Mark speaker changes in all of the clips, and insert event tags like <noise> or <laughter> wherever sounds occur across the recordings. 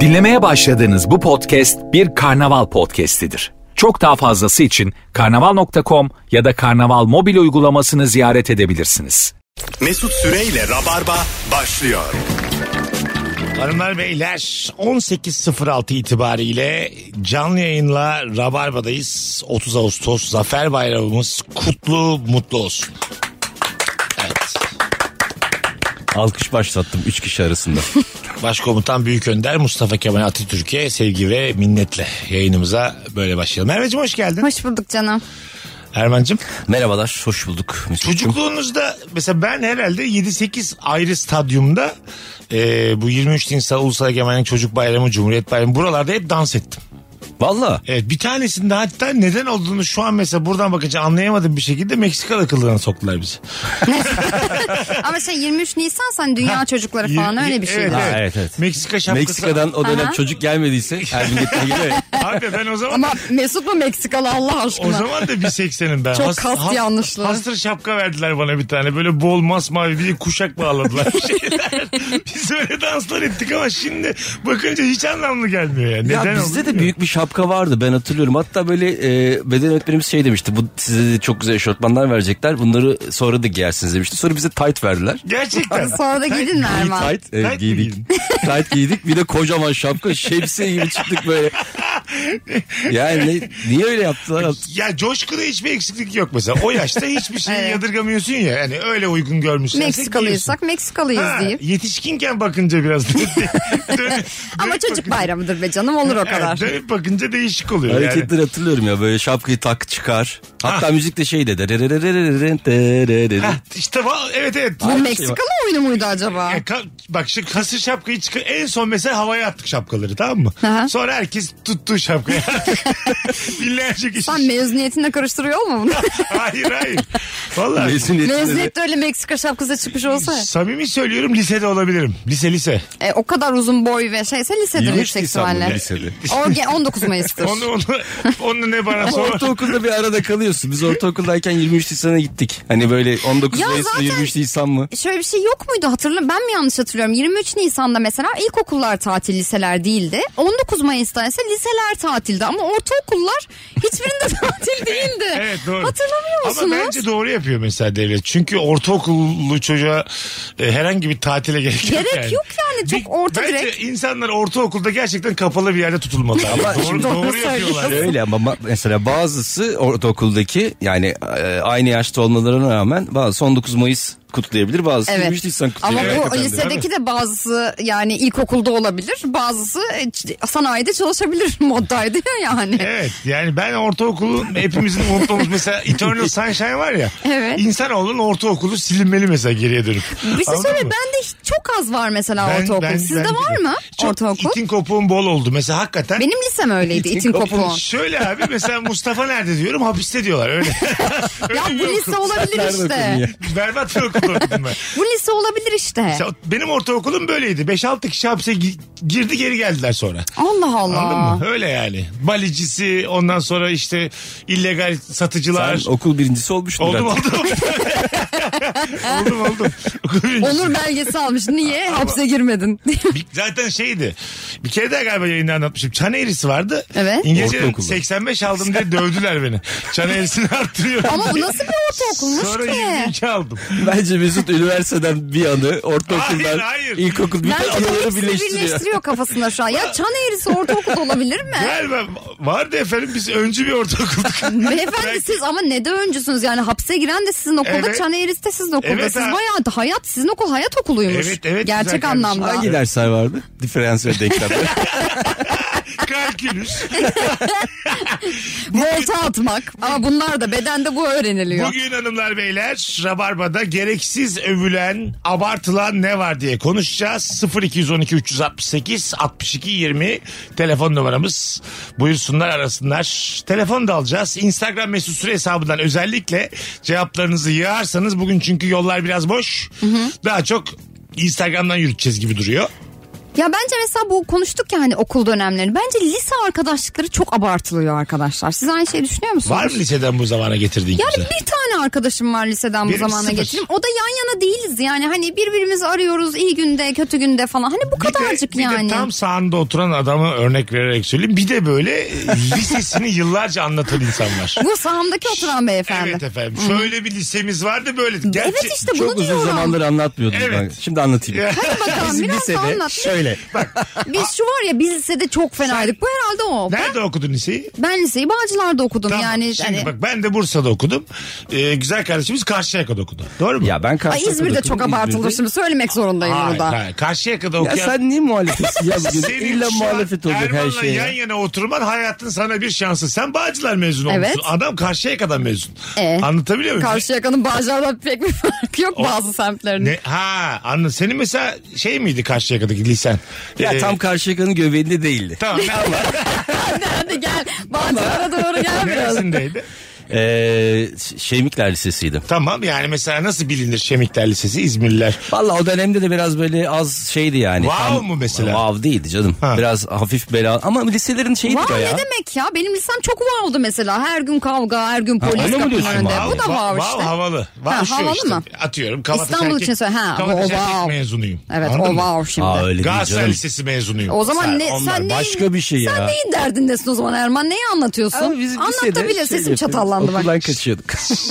Speaker 1: Dinlemeye başladığınız bu podcast bir karnaval podcastidir. Çok daha fazlası için karnaval.com ya da karnaval mobil uygulamasını ziyaret edebilirsiniz.
Speaker 2: Mesut Süreyle Rabarba başlıyor.
Speaker 3: Hanımlar beyler 18.06 itibariyle canlı yayınla Rabarba'dayız. 30 Ağustos Zafer Bayramımız kutlu mutlu olsun. Evet.
Speaker 4: Alkış başlattım 3 kişi arasında.
Speaker 3: <laughs> Başkomutan Büyük Önder Mustafa Kemal Atatürk'e sevgi ve minnetle yayınımıza böyle başlayalım. Merveciğim hoş geldin.
Speaker 5: Hoş bulduk canım.
Speaker 3: Erman'cığım.
Speaker 4: Merhabalar, hoş bulduk. Mesut'cum.
Speaker 3: Çocukluğunuzda mesela ben herhalde 7-8 ayrı stadyumda e, bu 23 Nisan Ulusal Egemenlik Çocuk Bayramı, Cumhuriyet Bayramı buralarda hep dans ettim.
Speaker 4: Valla.
Speaker 3: Evet bir tanesinde hatta neden olduğunu şu an mesela buradan bakınca anlayamadığım bir şekilde Meksikalı kılığına soktular bizi.
Speaker 5: Ama şey 23 Nisan sen dünya çocukları falan
Speaker 3: Y-
Speaker 5: öyle bir şey.
Speaker 3: Evet,
Speaker 4: Ha,
Speaker 3: evet.
Speaker 4: evet, evet.
Speaker 3: Meksika şapkası.
Speaker 4: Meksika'dan o dönem
Speaker 5: Aha.
Speaker 3: <laughs>
Speaker 4: çocuk gelmediyse her gün getire geliyor ya.
Speaker 3: Abi ben o zaman
Speaker 5: Ama Mesut mu Meksikalı Allah aşkına?
Speaker 3: o zaman da 1.80'im ben.
Speaker 5: Çok kast yanlışlığı.
Speaker 3: Hastır şapka verdiler bana bir tane. Böyle bol masmavi bir kuşak bağladılar.
Speaker 5: <laughs>
Speaker 3: Bir şeyler. Biz öyle danslar ettik ama şimdi bakınca hiç anlamlı gelmiyor yani. Neden
Speaker 4: Ya
Speaker 3: oldu
Speaker 4: bizde de
Speaker 3: bilmiyorum.
Speaker 4: büyük bir şapka vardı ben hatırlıyorum. Hatta böyle e, beden öğretmenimiz şey demişti. Bu size de çok güzel eşortmanlar verecekler. Bunları sonra da giyersiniz demişti. Sonra bize tight verdiler.
Speaker 3: Gerçekten.
Speaker 5: <laughs> Sonra da gidin Erman.
Speaker 4: Tight, e,
Speaker 3: Tight mi
Speaker 4: giydik. <laughs> tight giydik. Bir de kocaman şapka şemsiye gibi
Speaker 3: <laughs>
Speaker 4: çıktık böyle. Yani ne- niye öyle yaptılar?
Speaker 3: Ya coşkuda hiçbir eksiklik yok mesela. O yaşta hiçbir şeyi
Speaker 5: Evet.
Speaker 3: yadırgamıyorsun ya. Yani öyle uygun görmüşsen.
Speaker 5: Meksikalıysak Meksikalıyız
Speaker 3: şey, Ha,
Speaker 5: diyeyim.
Speaker 3: Yetişkinken bakınca biraz. <laughs> dönüp- dönüp
Speaker 5: Ama çocuk
Speaker 3: bakınca-
Speaker 5: bayramıdır be canım olur o
Speaker 3: Evet, Şey
Speaker 5: kadar.
Speaker 3: dönüp bakınca değişik oluyor
Speaker 4: Hareketleri hatırlıyorum ya böyle şapkayı tak çıkar. Hatta
Speaker 3: Ha.
Speaker 4: müzik de şey dedi.
Speaker 3: yani. Ha, işte va- evet evet.
Speaker 5: Bu Meksikalı oyunu muydu acaba?
Speaker 3: Ya ka- bak şu kasır şapkayı çıkar. En son mesela havaya attık şapkaları tamam mı?
Speaker 5: Aha.
Speaker 3: Sonra herkes tuttu şapkayı. <laughs> Binlerce kişi.
Speaker 5: Sen mezuniyetinde karıştırıyor mu bunu?
Speaker 3: <laughs> hayır hayır. Vallahi.
Speaker 5: Mezuniyette öyle Meksika şapkası çıkmış olsa.
Speaker 3: Samimi söylüyorum lisede olabilirim. Lise lise.
Speaker 5: E, o kadar uzun boy ve şeyse lisedir yüksek ihtimalle. O ge-
Speaker 3: <laughs>
Speaker 5: 19 Mayıs'tır.
Speaker 3: Onu onu onu ne bana
Speaker 4: Ama
Speaker 3: sor.
Speaker 4: ortaokulda bir arada kalıyorsun. Biz ortaokuldayken 23 Nisan'a gittik. Hani böyle 19
Speaker 5: Ya
Speaker 4: Mayıs'ta
Speaker 5: zaten-
Speaker 4: 23 Nisan mı?
Speaker 5: Şöyle bir şey yok muydu hatırlıyorum ben mi yanlış hatırlıyorum 23 Nisan'da mesela ilkokullar tatil liseler değildi 19 Mayıs'ta ise liseler tatildi ama ortaokullar hiçbirinde <laughs> tatil değildi
Speaker 3: Evet doğru.
Speaker 5: hatırlamıyor musunuz?
Speaker 3: Ama bence doğru yapıyor mesela devlet. Çünkü ortaokullu çocuğa e, herhangi bir tatile gerek yok.
Speaker 5: Gerek
Speaker 3: yani.
Speaker 5: yok yani çok
Speaker 3: Bir-
Speaker 5: orta
Speaker 3: bence
Speaker 5: direkt
Speaker 3: insanlar ortaokulda gerçekten kapalı bir yerde tutulmalı.
Speaker 4: Ama
Speaker 3: doğru,
Speaker 4: şimdi-
Speaker 3: doğru
Speaker 5: Doğru
Speaker 3: yapıyorlar.
Speaker 5: söylüyorsun.
Speaker 4: Öyle ama ma- mesela bazısı ortaokuldaki yani e, aynı yaşta olmalarına rağmen bazı 19 Mayıs kutlayabilir bazısı
Speaker 5: Evet.
Speaker 4: 23 Nisan
Speaker 5: ama
Speaker 4: kutlayabilir.
Speaker 5: bu lisedeki de bazısı yani ilkokulda olabilir bazısı e, ç- sanayide çalışabilir <laughs> moddaydı ya yani.
Speaker 3: Evet yani ben ortaokulun hepimizin
Speaker 5: <laughs>
Speaker 3: unuttuğumuz mesela Eternal Sunshine var ya.
Speaker 5: Evet.
Speaker 3: İnsanoğlunun ortaokulu silinmeli mesela geriye dönüp.
Speaker 5: Bir şey
Speaker 3: Anladın
Speaker 5: söyle
Speaker 3: mı?
Speaker 5: bende hiç- çok az var mesela
Speaker 3: Ben-
Speaker 5: ortaokul
Speaker 3: ben-
Speaker 5: sizde
Speaker 3: ben-
Speaker 5: var mı
Speaker 3: Çok
Speaker 5: ortaokul?
Speaker 3: İtin kopuğum bol oldu mesela hakikaten.
Speaker 5: Benim lisem öyleydi itin kopuğun.
Speaker 3: Şöyle abi mesela Mustafa nerede diyorum hapiste diyorlar öyle.
Speaker 5: <laughs> Ya bu lise olabilir
Speaker 4: Nerede okudun ya?
Speaker 5: işte.
Speaker 3: Berbat bir okul okudum
Speaker 5: <laughs>
Speaker 3: ben.
Speaker 5: Bu lise olabilir işte.
Speaker 3: Mesela benim ortaokulum böyleydi. 5-6 kişi hapse gi- girdi geri geldiler sonra.
Speaker 5: Allah
Speaker 3: Anladın
Speaker 5: Allah.
Speaker 3: mı? Öyle yani. Balicisi ondan sonra işte illegal satıcılar.
Speaker 4: Sen okul birincisi olmuştun.
Speaker 3: Oldum
Speaker 4: zaten.
Speaker 3: oldum. <laughs> oldum oldum. Okul birincisi.
Speaker 5: Onur belgesi almış. Niye hapse girmedin?
Speaker 3: Bir- zaten şeydi. Bir kere daha galiba yayında anlatmışım. Çan eğrisi vardı.
Speaker 5: Evet.
Speaker 3: İngilizce
Speaker 4: Ortaokulda.
Speaker 3: 85 aldım diye dövdüler beni. Çan eğrisini <laughs> arttırıyorum.
Speaker 5: Ama bu
Speaker 3: diye.
Speaker 5: nasıl bir ortaokulmuş
Speaker 3: Sonra
Speaker 5: ki?
Speaker 3: 22 aldım.
Speaker 4: Bence Mesut üniversiteden bir anı,
Speaker 3: Hayır,
Speaker 4: ortaokuldan,
Speaker 3: hayır.
Speaker 4: ilkokuldan bir
Speaker 5: Bence bu
Speaker 4: anıları
Speaker 5: hepsini
Speaker 4: birleştiriyor.
Speaker 5: birleştiriyor kafasında şu an.
Speaker 3: <laughs>
Speaker 5: Ya çan eğrisi ortaokul olabilir mi?
Speaker 3: Galiba vardı efendim biz öncü bir ortaokulduk. <laughs>
Speaker 5: Beyefendi siz ama ne de öncüsünüz yani hapse giren de sizin okulda
Speaker 3: Evet.
Speaker 5: çan eğrisi de sizin okulda.
Speaker 3: Evet
Speaker 5: siz
Speaker 3: ha.
Speaker 5: bayağı da hayat sizin okul hayat okuluymuş.
Speaker 3: Evet, evet, güzel
Speaker 5: Gerçek
Speaker 3: kardeşim.
Speaker 5: anlamda.
Speaker 4: Hangi dersler vardı? Diferansiyel denklemler.
Speaker 3: Kalkülüs.
Speaker 5: <laughs> Volta atmak. Ama bunlar da bedende bu öğreniliyor.
Speaker 3: Bugün hanımlar beyler Rabarba'da gereksiz övülen, abartılan ne var diye konuşacağız. 0212 368 62 20 telefon numaramız. Buyursunlar arasınlar. Telefon da alacağız. Instagram mesut süre hesabından özellikle cevaplarınızı yığarsanız bugün çünkü yollar biraz boş. Daha çok Instagram'dan yürüteceğiz gibi duruyor.
Speaker 5: Ya bence mesela bu konuştuk ya hani okul dönemleri. Bence lise arkadaşlıkları çok abartılıyor arkadaşlar. Siz aynı şeyi düşünüyor musunuz?
Speaker 3: Var mı liseden bu zamana getirdiğin
Speaker 5: Yani
Speaker 3: kimse?
Speaker 5: bir tane arkadaşım var liseden bu
Speaker 3: Benim
Speaker 5: zamana
Speaker 3: sıfır.
Speaker 5: getirdim. O da yan yana değiliz yani. Hani birbirimizi arıyoruz iyi günde kötü günde falan. Hani bu
Speaker 3: Bir de-
Speaker 5: kadarcık
Speaker 3: bir de,
Speaker 5: yani.
Speaker 3: tam sağında oturan adamı örnek vererek söyleyeyim. Bir de böyle lisesini yıllarca anlatan insan var.
Speaker 5: <laughs> Bu sahamdaki oturan
Speaker 3: <laughs>
Speaker 5: beyefendi.
Speaker 3: Evet efendim. Şöyle bir lisemiz vardı böyle. Gerçi,
Speaker 5: Evet işte bunu
Speaker 4: Çok uzun
Speaker 5: diyorum.
Speaker 4: zamandır anlatmıyordum.
Speaker 3: Evet.
Speaker 4: Ben. Şimdi anlatayım.
Speaker 5: Bakalım
Speaker 4: Bizim
Speaker 5: biraz daha anlat.
Speaker 4: şöyle.
Speaker 5: Biz şu var ya biz lisede çok fenaydık. Bu herhalde o. Ben,
Speaker 3: Nerede okudun liseyi?
Speaker 5: ben liseyi Bağcılar'da okudum
Speaker 3: Tamam.
Speaker 5: yani.
Speaker 3: Şimdi
Speaker 5: hani-
Speaker 3: bak ben de Bursa'da okudum. Ee, güzel kardeşimiz Karşıyaka'da okudu. Doğru mu?
Speaker 4: Ya ben
Speaker 5: Ay,
Speaker 4: Kars'ta
Speaker 5: İzmir'de
Speaker 4: okudum.
Speaker 5: çok abartılır
Speaker 4: İzmir'de-
Speaker 5: şimdi söylemek zorundayım
Speaker 3: Hayır,
Speaker 5: burada.
Speaker 3: hayır. Karşıyaka'da
Speaker 4: Ya
Speaker 3: okuyan...
Speaker 4: sen niye muhalefetsin <laughs> ya bugün?
Speaker 3: Senin şu
Speaker 4: İlla
Speaker 3: an
Speaker 4: muhalefet olacak her
Speaker 3: Erman'la
Speaker 4: şeye.
Speaker 3: yan yana oturman hayatın sana bir şansı. Sen Bağcılar mezunu
Speaker 5: Evet.
Speaker 3: olmuşsun. Adam Karşıyaka'dan mezun.
Speaker 5: Ee?
Speaker 3: Anlatabiliyor muyum?
Speaker 5: Karşıyaka'nın Bağcılar'da pek bir farkı yok bazı semtlerinde.
Speaker 3: Ne? Ha anladım. Senin mesela şey miydi Karşıyaka'daki lisen?
Speaker 4: Ya
Speaker 3: Ee,
Speaker 4: tam Karşıyaka'nın göbeğinde değildi.
Speaker 3: Tamam. <laughs>
Speaker 5: Hadi gel Bağcılar'a doğru gel biraz.
Speaker 3: Neresindeydi?
Speaker 4: Ee, Ş- Şemikler Lisesi'ydi.
Speaker 3: Tamam yani mesela nasıl bilinir Şemikler Lisesi İzmirliler?
Speaker 4: Valla o dönemde de biraz böyle az şeydi yani.
Speaker 3: Wow mu mesela?
Speaker 4: Wow değildi canım.
Speaker 3: Ha.
Speaker 4: Biraz hafif bela. Ama liselerin şeydi o
Speaker 5: Wow
Speaker 4: ya.
Speaker 5: ne demek ya? Benim lisem çok wow'du mesela. Her gün kavga, her gün
Speaker 4: onu
Speaker 5: polis
Speaker 4: mu
Speaker 5: kapının
Speaker 4: diyorsun
Speaker 5: önünde.
Speaker 4: wow?
Speaker 5: Bu da wow,
Speaker 3: Wow,
Speaker 5: işte.
Speaker 3: havalı. Wow
Speaker 5: Ha,
Speaker 3: şu
Speaker 5: havalı
Speaker 3: işte.
Speaker 5: mı?
Speaker 3: Atıyorum. Kavataş
Speaker 5: İstanbul
Speaker 3: erkek,
Speaker 5: için söyle. Ha, o
Speaker 3: Kavataş erkek
Speaker 5: wow.
Speaker 3: mezunuyum.
Speaker 5: Evet
Speaker 3: Anladın
Speaker 5: o
Speaker 3: mı?
Speaker 5: wow şimdi.
Speaker 4: Aa, öyle değil
Speaker 3: Galatasaray
Speaker 4: canım.
Speaker 3: Lisesi mezunuyum.
Speaker 5: O zaman ne,
Speaker 4: onlar
Speaker 5: sen neyin,
Speaker 4: başka bir şey
Speaker 5: Sen
Speaker 4: ya.
Speaker 5: neyin derdindesin o zaman Erman? Neyi anlatıyorsun?
Speaker 4: Ama biz
Speaker 5: Anlat da
Speaker 4: lisede
Speaker 5: bile
Speaker 4: şey
Speaker 5: sesim
Speaker 4: yapıyorduk,
Speaker 5: çatallandı bak. <laughs>
Speaker 4: Okuldan kaçıyorduk.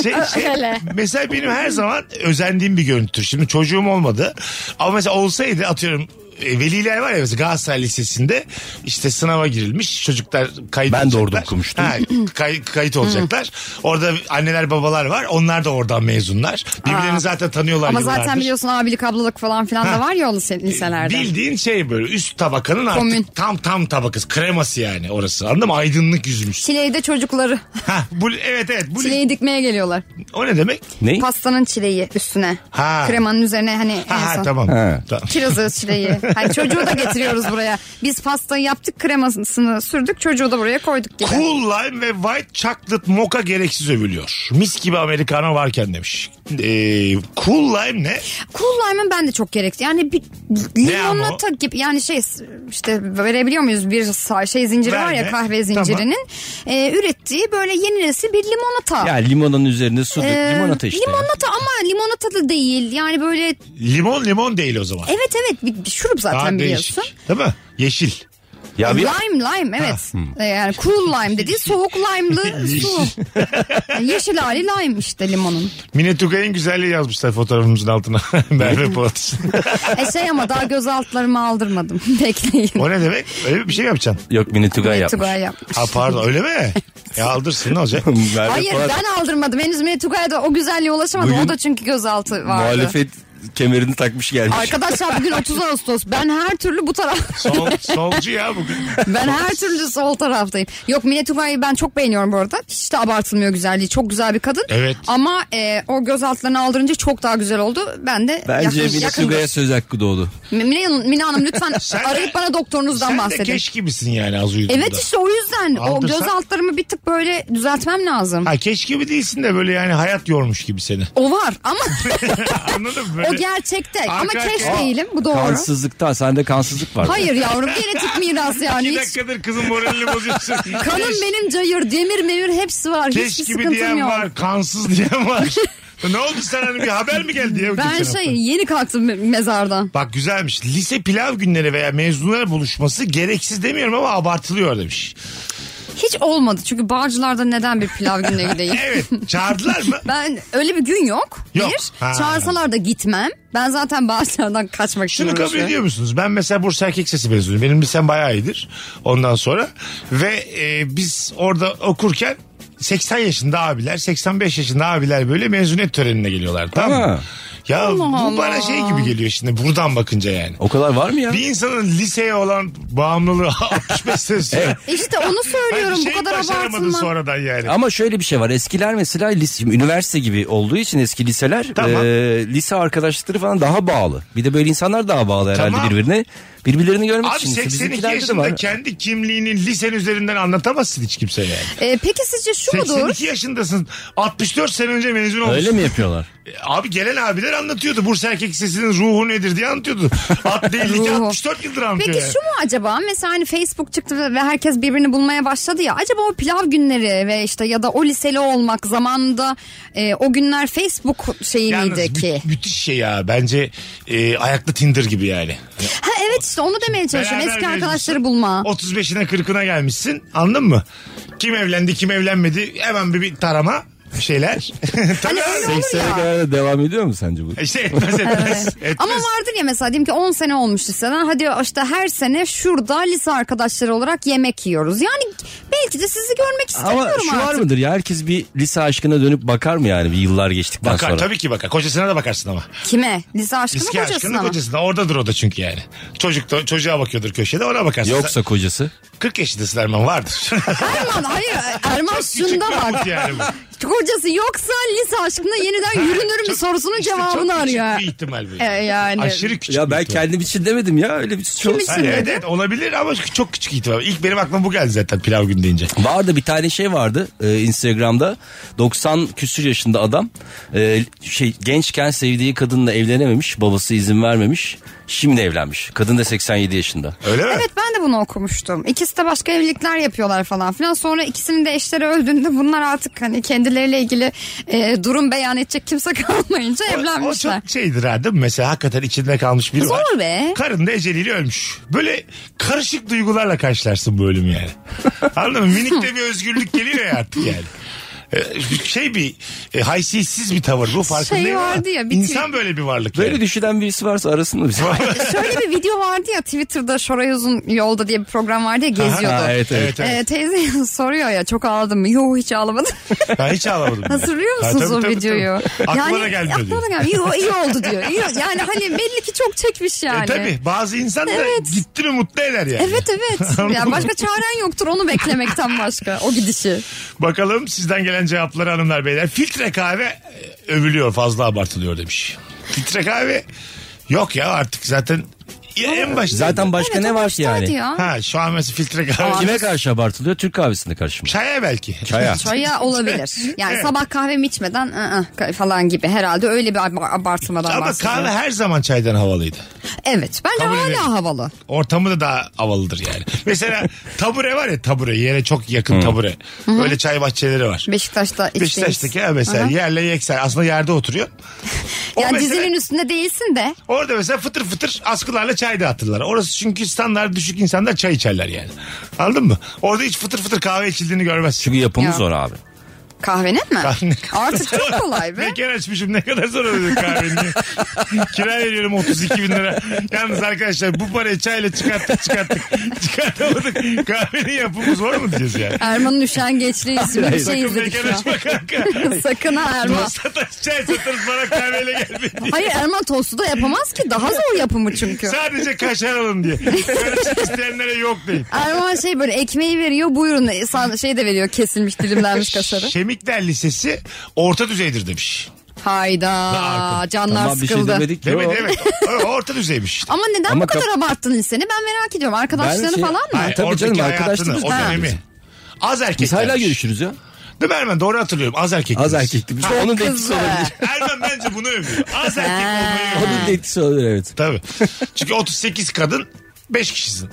Speaker 3: Şey, şey,
Speaker 5: Öyle.
Speaker 3: mesela benim her zaman özendiğim bir görüntüdür. Şimdi çocuğum olmadı. Ama mesela olsaydı atıyorum e, veliler var ya mesela Galatasaray Lisesi'nde işte sınava girilmiş çocuklar kayıt
Speaker 4: Ben de
Speaker 3: olacaklar.
Speaker 4: orada okumuştum.
Speaker 3: Ha, kay- kayıt olacaklar. orada anneler babalar var. Onlar da oradan mezunlar. Birbirlerini
Speaker 5: Aa.
Speaker 3: zaten tanıyorlar
Speaker 5: Ama
Speaker 3: yıllardır.
Speaker 5: zaten biliyorsun abilik ablalık falan filan
Speaker 3: Ha.
Speaker 5: da var ya o lise- liselerde.
Speaker 3: Bildiğin şey böyle üst tabakanın artık
Speaker 5: Komün.
Speaker 3: tam tam tabakası kreması yani orası anladın mı? Aydınlık yüzmüş.
Speaker 5: Çileği de çocukları.
Speaker 3: ha, bu, evet evet bu,
Speaker 5: Çileği dikmeye geliyorlar.
Speaker 3: o ne demek?
Speaker 4: ne?
Speaker 5: Pastanın çileği üstüne.
Speaker 3: Ha.
Speaker 5: Kremanın üzerine hani
Speaker 3: Ha,
Speaker 5: en
Speaker 3: ha,
Speaker 5: son.
Speaker 3: tamam.
Speaker 4: Ha.
Speaker 3: tamam. <laughs>
Speaker 5: Kirazı çileği. Hani çocuğu da getiriyoruz buraya. Biz pastayı yaptık kremasını sürdük çocuğu da buraya koyduk gibi.
Speaker 3: Cool lime ve white chocolate mocha gereksiz övülüyor. Mis gibi americano varken demiş. Ee, cool lime ne?
Speaker 5: Cool lime'ın ben de çok gerekli. Yani bir limonata
Speaker 3: ama
Speaker 5: gibi yani şey işte verebiliyor muyuz bir sa- şey zinciri var ya
Speaker 3: Verme.
Speaker 5: kahve zincirinin e, ürettiği böyle yeni nesil bir limonata.
Speaker 4: Ya limonun üzerine su dök.
Speaker 5: Ee,
Speaker 4: limonata işte. ya.
Speaker 5: Limonata ama limonata da değil. Yani böyle
Speaker 3: Limon limon değil o zaman.
Speaker 5: evet evet bir, bir şurup zaten
Speaker 3: Daha
Speaker 5: biliyorsun.
Speaker 3: değişik. Değil mi? Yeşil.
Speaker 4: Ya bir hmm.
Speaker 5: Lime lime evet. Ee, Yani cool lime dediği
Speaker 4: <laughs>
Speaker 5: soğuk lime'lı su. Yani yeşil hali lime işte limonun.
Speaker 3: Mine Tugay'ın güzelliği yazmışlar fotoğrafımızın altına. <laughs> Merve Polat.
Speaker 5: E şey ama daha göz altlarımı aldırmadım. <laughs> Bekleyin.
Speaker 3: o ne demek? Öyle bir şey mi yapacaksın?
Speaker 4: yok mini tugay yapmış.
Speaker 5: Tugay yapmış.
Speaker 3: Ha pardon öyle mi? Ya aldırsın ne olacak?
Speaker 4: <laughs> Merve
Speaker 5: Hayır
Speaker 4: Polat
Speaker 5: ben aldırmadım. Henüz Mine Tugay'a da o güzelliğe ulaşamadım.
Speaker 4: Bugün
Speaker 5: o da çünkü gözaltı vardı.
Speaker 4: muhalefet kemerini takmış gelmiş.
Speaker 3: <laughs>
Speaker 5: Arkadaşlar bugün 30 Ağustos. Ben her türlü bu taraf. <laughs>
Speaker 3: Sol, solcu ya bugün.
Speaker 5: Ben her türlü sol taraftayım. Yok Mine Tugay'ı ben çok beğeniyorum bu arada. Hiç de abartılmıyor güzelliği. Çok güzel bir kadın.
Speaker 3: Evet.
Speaker 5: Ama e, o gözaltlarını aldırınca çok daha güzel oldu. Ben de
Speaker 4: Bence
Speaker 5: yakın-
Speaker 4: Mini
Speaker 5: yakındır.
Speaker 4: Tugay'a söz hakkı doğdu.
Speaker 5: Mine, Hanım- Mine Hanım lütfen
Speaker 3: <laughs> Sen de-
Speaker 5: arayıp bana doktorunuzdan
Speaker 3: Sen de
Speaker 5: bahsedin.
Speaker 3: keş gibisin yani az uyuduğunda.
Speaker 5: Evet işte o yüzden o
Speaker 3: Aldırsan-
Speaker 5: göz altlarımı bir tık böyle düzeltmem lazım.
Speaker 3: Ha keş gibi değilsin de böyle yani hayat yormuş gibi seni. <laughs>
Speaker 5: O var ama
Speaker 3: Anladın mı?
Speaker 5: o
Speaker 3: Böyle...
Speaker 5: gerçekte. Ama
Speaker 3: Arka
Speaker 5: keş
Speaker 3: arkaya-
Speaker 5: değilim bu doğru.
Speaker 4: Kansızlıktan sende kansızlık var.
Speaker 5: Hayır yavrum genetik miras yani.
Speaker 3: İki
Speaker 5: Hiç,
Speaker 3: dakikadır kızın moralini bozuyorsun.
Speaker 5: kanım benim cayır demir memir hepsi var.
Speaker 3: Keş
Speaker 5: Hiçbir
Speaker 3: gibi diyen
Speaker 5: sıkıntım yok.
Speaker 3: var, kansız diyen
Speaker 5: <laughs>
Speaker 3: var. ne oldu sen hani bir haber mi geldi ya?
Speaker 5: Ben
Speaker 3: geçen
Speaker 5: şey
Speaker 3: hafta?
Speaker 5: yeni kalktım me- mezardan.
Speaker 3: Bak güzelmiş. Lise pilav günleri veya mezunlar buluşması gereksiz demiyorum ama abartılıyor demiş.
Speaker 5: Hiç olmadı çünkü Bağcılar'da neden bir pilav gününe
Speaker 3: <laughs>
Speaker 5: gideyim?
Speaker 3: Evet çağırdılar mı?
Speaker 5: <laughs> Ben öyle bir gün yok.
Speaker 3: Yok.
Speaker 5: Bir.
Speaker 3: Ha.
Speaker 5: Çağırsalar da gitmem. Ben zaten Bağcılar'dan kaçmak için
Speaker 3: Şunu kabul
Speaker 5: uğraşıyorum.
Speaker 3: ediyor musunuz? Ben mesela Bursa Erkek Sesi mezunuyum. Benim lisem bayağı iyidir ondan sonra. Ve e, biz orada okurken 80 yaşında abiler, 85 yaşında abiler böyle mezuniyet törenine geliyorlar. Tamam mı?
Speaker 4: Ha.
Speaker 3: Ya bu
Speaker 5: Allah
Speaker 3: bana
Speaker 5: Allah.
Speaker 3: şey gibi geliyor şimdi buradan bakınca yani.
Speaker 4: O kadar var mı ya?
Speaker 3: Bir insanın liseye olan bağımlılığı <laughs> 65 sene sürüyor.
Speaker 5: İşte onu söylüyorum
Speaker 3: Hani bir
Speaker 5: bu kadar
Speaker 3: başaramadın
Speaker 5: abartılma.
Speaker 3: sonradan yani.
Speaker 4: Ama şöyle bir şey var. Eskiler mesela lise, üniversite gibi olduğu için eski liseler
Speaker 3: Tamam.
Speaker 4: e, lise arkadaşlıkları falan daha bağlı. Bir de böyle insanlar daha bağlı herhalde
Speaker 3: Tamam.
Speaker 4: birbirine. Birbirlerini görmek
Speaker 3: Abi
Speaker 4: için. İşte
Speaker 3: 82
Speaker 4: bizimkilerde de var.
Speaker 3: yaşında kendi kimliğini lisen üzerinden anlatamazsın hiç kimseye yani.
Speaker 5: Ee, E, peki sizce şu mudur?
Speaker 3: 82 yaşındasın. 64 sene önce mezun olmuşsun.
Speaker 4: Öyle mi yapıyorlar?
Speaker 3: Abi gelen abiler anlatıyordu. Bursa Erkek Lisesi'nin ruhu nedir diye
Speaker 4: <laughs>
Speaker 3: anlatıyordu. At değillik
Speaker 5: Ruhu.
Speaker 3: 64 yıldır anlatıyor.
Speaker 5: Peki
Speaker 3: yani.
Speaker 5: şu mu acaba mesela hani Facebook çıktı ve- ve herkes birbirini bulmaya başladı ya acaba o pilav günleri ve işte ya da o liseli olmak zamanında e, o günler Facebook şeyi
Speaker 3: Yalnız
Speaker 5: miydi
Speaker 3: mü-
Speaker 5: ki?
Speaker 3: müthiş şey ya. Bence e, ayaklı Tinder gibi yani.
Speaker 4: <laughs>
Speaker 5: Ha evet işte onu demeye çalışıyorum
Speaker 3: Beraber
Speaker 5: eski
Speaker 3: gezmişsin.
Speaker 5: arkadaşları bulma.
Speaker 3: 35'ine 40'ına gelmişsin. Anladın mı? Kim evlendi kim evlenmedi hemen bir, bir tarama şeyler. <laughs> Tabii
Speaker 5: Hani öyle
Speaker 3: abi.
Speaker 5: olur
Speaker 4: 80'e
Speaker 5: ya.
Speaker 4: kadar da devam ediyor mu sence bu?
Speaker 3: İşte etmez etmez. etmez.
Speaker 5: <laughs> Ama vardır ya mesela diyelim ki 10 sene olmuş liseden hadi işte her sene şurada lise arkadaşları olarak yemek yiyoruz. Yani belki de sizi görmek istemiyorum
Speaker 4: Ama şu var
Speaker 5: artık.
Speaker 4: mıdır ya herkes bir lise aşkına dönüp bakar mı yani bir yıllar geçtikten
Speaker 3: Bakar
Speaker 4: sonra?
Speaker 3: tabii ki bakar. Kocasına da bakarsın ama.
Speaker 5: Kime? Lise aşkına
Speaker 3: Eski
Speaker 5: kocasına
Speaker 3: aşkının
Speaker 5: mı?
Speaker 3: kocasına. Oradadır o da çünkü yani. Çocuk da, çocuğa bakıyordur köşede ona bakarsın.
Speaker 4: Yoksa kocası.
Speaker 3: 40 yaşındasın Erman
Speaker 5: <laughs>
Speaker 3: vardır.
Speaker 5: Erman hayır
Speaker 3: <laughs>
Speaker 5: Erman şunda bak.
Speaker 3: yani
Speaker 5: <laughs>
Speaker 3: bu.
Speaker 5: Kocası yoksa lise
Speaker 3: <laughs>
Speaker 5: aşkına yeniden yürünür mü
Speaker 3: Çok-
Speaker 5: sorusunun
Speaker 3: işte
Speaker 5: cevabını
Speaker 3: çok küçük
Speaker 5: arıyor.
Speaker 3: bir ihtimal bu.
Speaker 5: E, yani.
Speaker 3: Aşırı küçük
Speaker 4: Ya
Speaker 3: bir
Speaker 4: ben
Speaker 3: ihtimal.
Speaker 4: kendim için demedim ya öyle bir şey olsun.
Speaker 3: Hayır, evet, evet, olabilir ama çok küçük ihtimal. İlk benim aklıma bu geldi zaten pilav günü deyince.
Speaker 4: Vardı bir tane şey vardı e, Instagram'da 90 küsür yaşında adam e, şey gençken sevdiği kadınla evlenememiş babası izin vermemiş şimdi evlenmiş kadın da 87 yaşında.
Speaker 3: Öyle mi?
Speaker 5: Evet ben de bunu okumuştum. İkisi de başka evlilikler yapıyorlar falan filan. Sonra ikisinin de eşleri öldüğünde bunlar artık hani kendileriyle ilgili e, durum beyan edecek kimse <laughs> kalmayınca
Speaker 3: O, o
Speaker 5: evlenmişler.
Speaker 3: çok şeydir ha değil mi? Mesela hakikaten içinde kalmış biri var.
Speaker 5: Zor be.
Speaker 3: Karın da eceliyle ölmüş. Böyle karışık duygularla karşılarsın bu ölümü
Speaker 5: <laughs>
Speaker 3: yani. Anladın mı? Minik de bir özgürlük geliyor ya artık yani. Ee, şey bir e, haysiyetsiz bir tavır bu farkındayım ama
Speaker 5: Şey vardı ya, bir
Speaker 3: İnsan böyle bir varlık.
Speaker 4: Böyle
Speaker 3: yani.
Speaker 4: düşünen birisi varsa arasın da bizi.
Speaker 5: <laughs> Şöyle bir video vardı ya Twitter'da Şoray Uzun Yolda diye bir program vardı ya geziyordu.
Speaker 4: Ha, evet, evet.
Speaker 3: Evet, evet.
Speaker 5: E, teyze <laughs> soruyor ya çok ağladım mı? Yok
Speaker 3: <laughs>
Speaker 5: hiç ağlamadım.
Speaker 3: Ben hiç ağlamadım.
Speaker 5: Hatırlıyor
Speaker 3: Ha,
Speaker 5: musunuz
Speaker 3: tabii,
Speaker 5: o
Speaker 3: tabii,
Speaker 5: videoyu?
Speaker 3: tabii. Aklıma da gelmiyor
Speaker 5: Aklıma
Speaker 3: diyor.
Speaker 5: da gelmiyor. İyi, o- iyi oldu diyor. İyi, yani hani belli ki çok çekmiş yani.
Speaker 3: E, tabii bazı insan da gitti mi mutlu eder yani.
Speaker 5: Evet evet.
Speaker 3: Anladım. <laughs>
Speaker 5: ya başka çaren yoktur onu beklemekten başka o gidişi.
Speaker 3: Bakalım sizden gelen cevapları hanımlar beyler. Filtre kahve e, övülüyor fazla abartılıyor demiş. Filtre kahve yok ya artık zaten ya en başta.
Speaker 4: <laughs> Zaten başka
Speaker 5: Evet,
Speaker 4: ne
Speaker 5: o
Speaker 4: var ki
Speaker 5: kuşlardı
Speaker 4: yani?
Speaker 5: ya.
Speaker 3: Ha şu an mesela filtre kahve.
Speaker 4: Kime karşı abartılıyor? Türk kahvesinde karşı mı?
Speaker 3: Çaya belki. <laughs>
Speaker 4: Çaya.
Speaker 5: Çaya olabilir. Yani sabah kahvemi içmeden ı ı falan gibi herhalde öyle bir ab- abartılmadan
Speaker 3: Ama
Speaker 5: bahsediyor.
Speaker 3: kahve her zaman çaydan havalıydı.
Speaker 5: Evet bence
Speaker 3: Kabul
Speaker 5: hala
Speaker 3: edelim.
Speaker 5: havalı.
Speaker 3: Ortamı da daha havalıdır yani.
Speaker 4: <laughs>
Speaker 3: Mesela tabure var ya tabure yere çok yakın tabure. Böyle çay bahçeleri var.
Speaker 5: Beşiktaş'ta içtiğimiz.
Speaker 3: Beşiktaş'taki ha mesela yerle yeksen aslında yerde oturuyor. O
Speaker 5: Yani
Speaker 3: mesela-
Speaker 5: dizinin üstünde değilsin de.
Speaker 3: Orada mesela fıtır fıtır askılarla çay dağıtırlar. Orası çünkü standart düşük insanlar çay içerler yani. Anladın mı? Orada hiç fıtır fıtır kahve içildiğini görmezsin. <laughs>
Speaker 4: Çünkü yapımı
Speaker 5: Ya.
Speaker 4: zor abi.
Speaker 5: Kahvenin mi?
Speaker 3: Kahve- <laughs>
Speaker 5: Artık çok kolay be.
Speaker 3: Mekan açmışım ne kadar zor ödedim
Speaker 5: <laughs>
Speaker 3: kahveni. Kira veriyorum 32 bin lira. Yalnız arkadaşlar bu parayı çayla çıkarttık
Speaker 5: <laughs>
Speaker 3: çıkarttık. Çıkartamadık. Kahvenin yapımı zor mu diyeceğiz yani?
Speaker 5: Erman'ın üşengeçliği isimli bir şey
Speaker 3: Sakın
Speaker 5: izledik
Speaker 3: mekan
Speaker 5: şu an.
Speaker 3: açma kanka.
Speaker 5: Sakın ha <laughs> Erman.
Speaker 3: Sataş çay satarız bana kahveyle gelmeyin diye.
Speaker 5: Hayır Erman tostu da yapamaz ki. Daha zor yapımı çünkü.
Speaker 3: Sadece kaşar alın
Speaker 5: <laughs>
Speaker 3: diye. Karışık isteyenlere yok deyin.
Speaker 5: Erman şey böyle ekmeği veriyor buyurun e, san- şey de veriyor kesilmiş
Speaker 4: <laughs>
Speaker 5: dilimlenmiş
Speaker 4: Şey-
Speaker 5: kaşarı.
Speaker 3: E, Şemikler Lisesi orta düzeydir demiş.
Speaker 5: Hayda canlar
Speaker 4: Tamam bir şey
Speaker 5: sıkıldı.
Speaker 4: demedik.
Speaker 3: Değil mi?
Speaker 4: Yok.
Speaker 3: Değil mi? O- Orta düzeymiş
Speaker 5: <laughs>
Speaker 3: işte.
Speaker 5: Ama neden
Speaker 4: Ama
Speaker 5: bu kadar
Speaker 4: kap-
Speaker 5: abarttın liseni ben merak ediyorum. Arkadaşlarını
Speaker 4: şey-
Speaker 5: falan mı?
Speaker 4: Hayır. tabii
Speaker 3: oradaki
Speaker 4: canım,
Speaker 3: hayatını,
Speaker 4: arkadaşlarımız
Speaker 3: o
Speaker 4: da
Speaker 3: dönemi.
Speaker 4: yani.
Speaker 3: Az
Speaker 4: Biz
Speaker 3: erkekler.
Speaker 4: hala görüşürüz ya.
Speaker 3: Değil mi Ermen? Doğru hatırlıyorum. Az erkek.
Speaker 4: Az erkekti. Biz onun da etkisi
Speaker 5: Kızlar.
Speaker 4: olabilir.
Speaker 3: Ermen bence bunu övüyor. Az erkek olmayı övüyor.
Speaker 4: Onun da etkisi olabilir evet.
Speaker 3: Tabii. Çünkü 38 kadın 5 kişisin.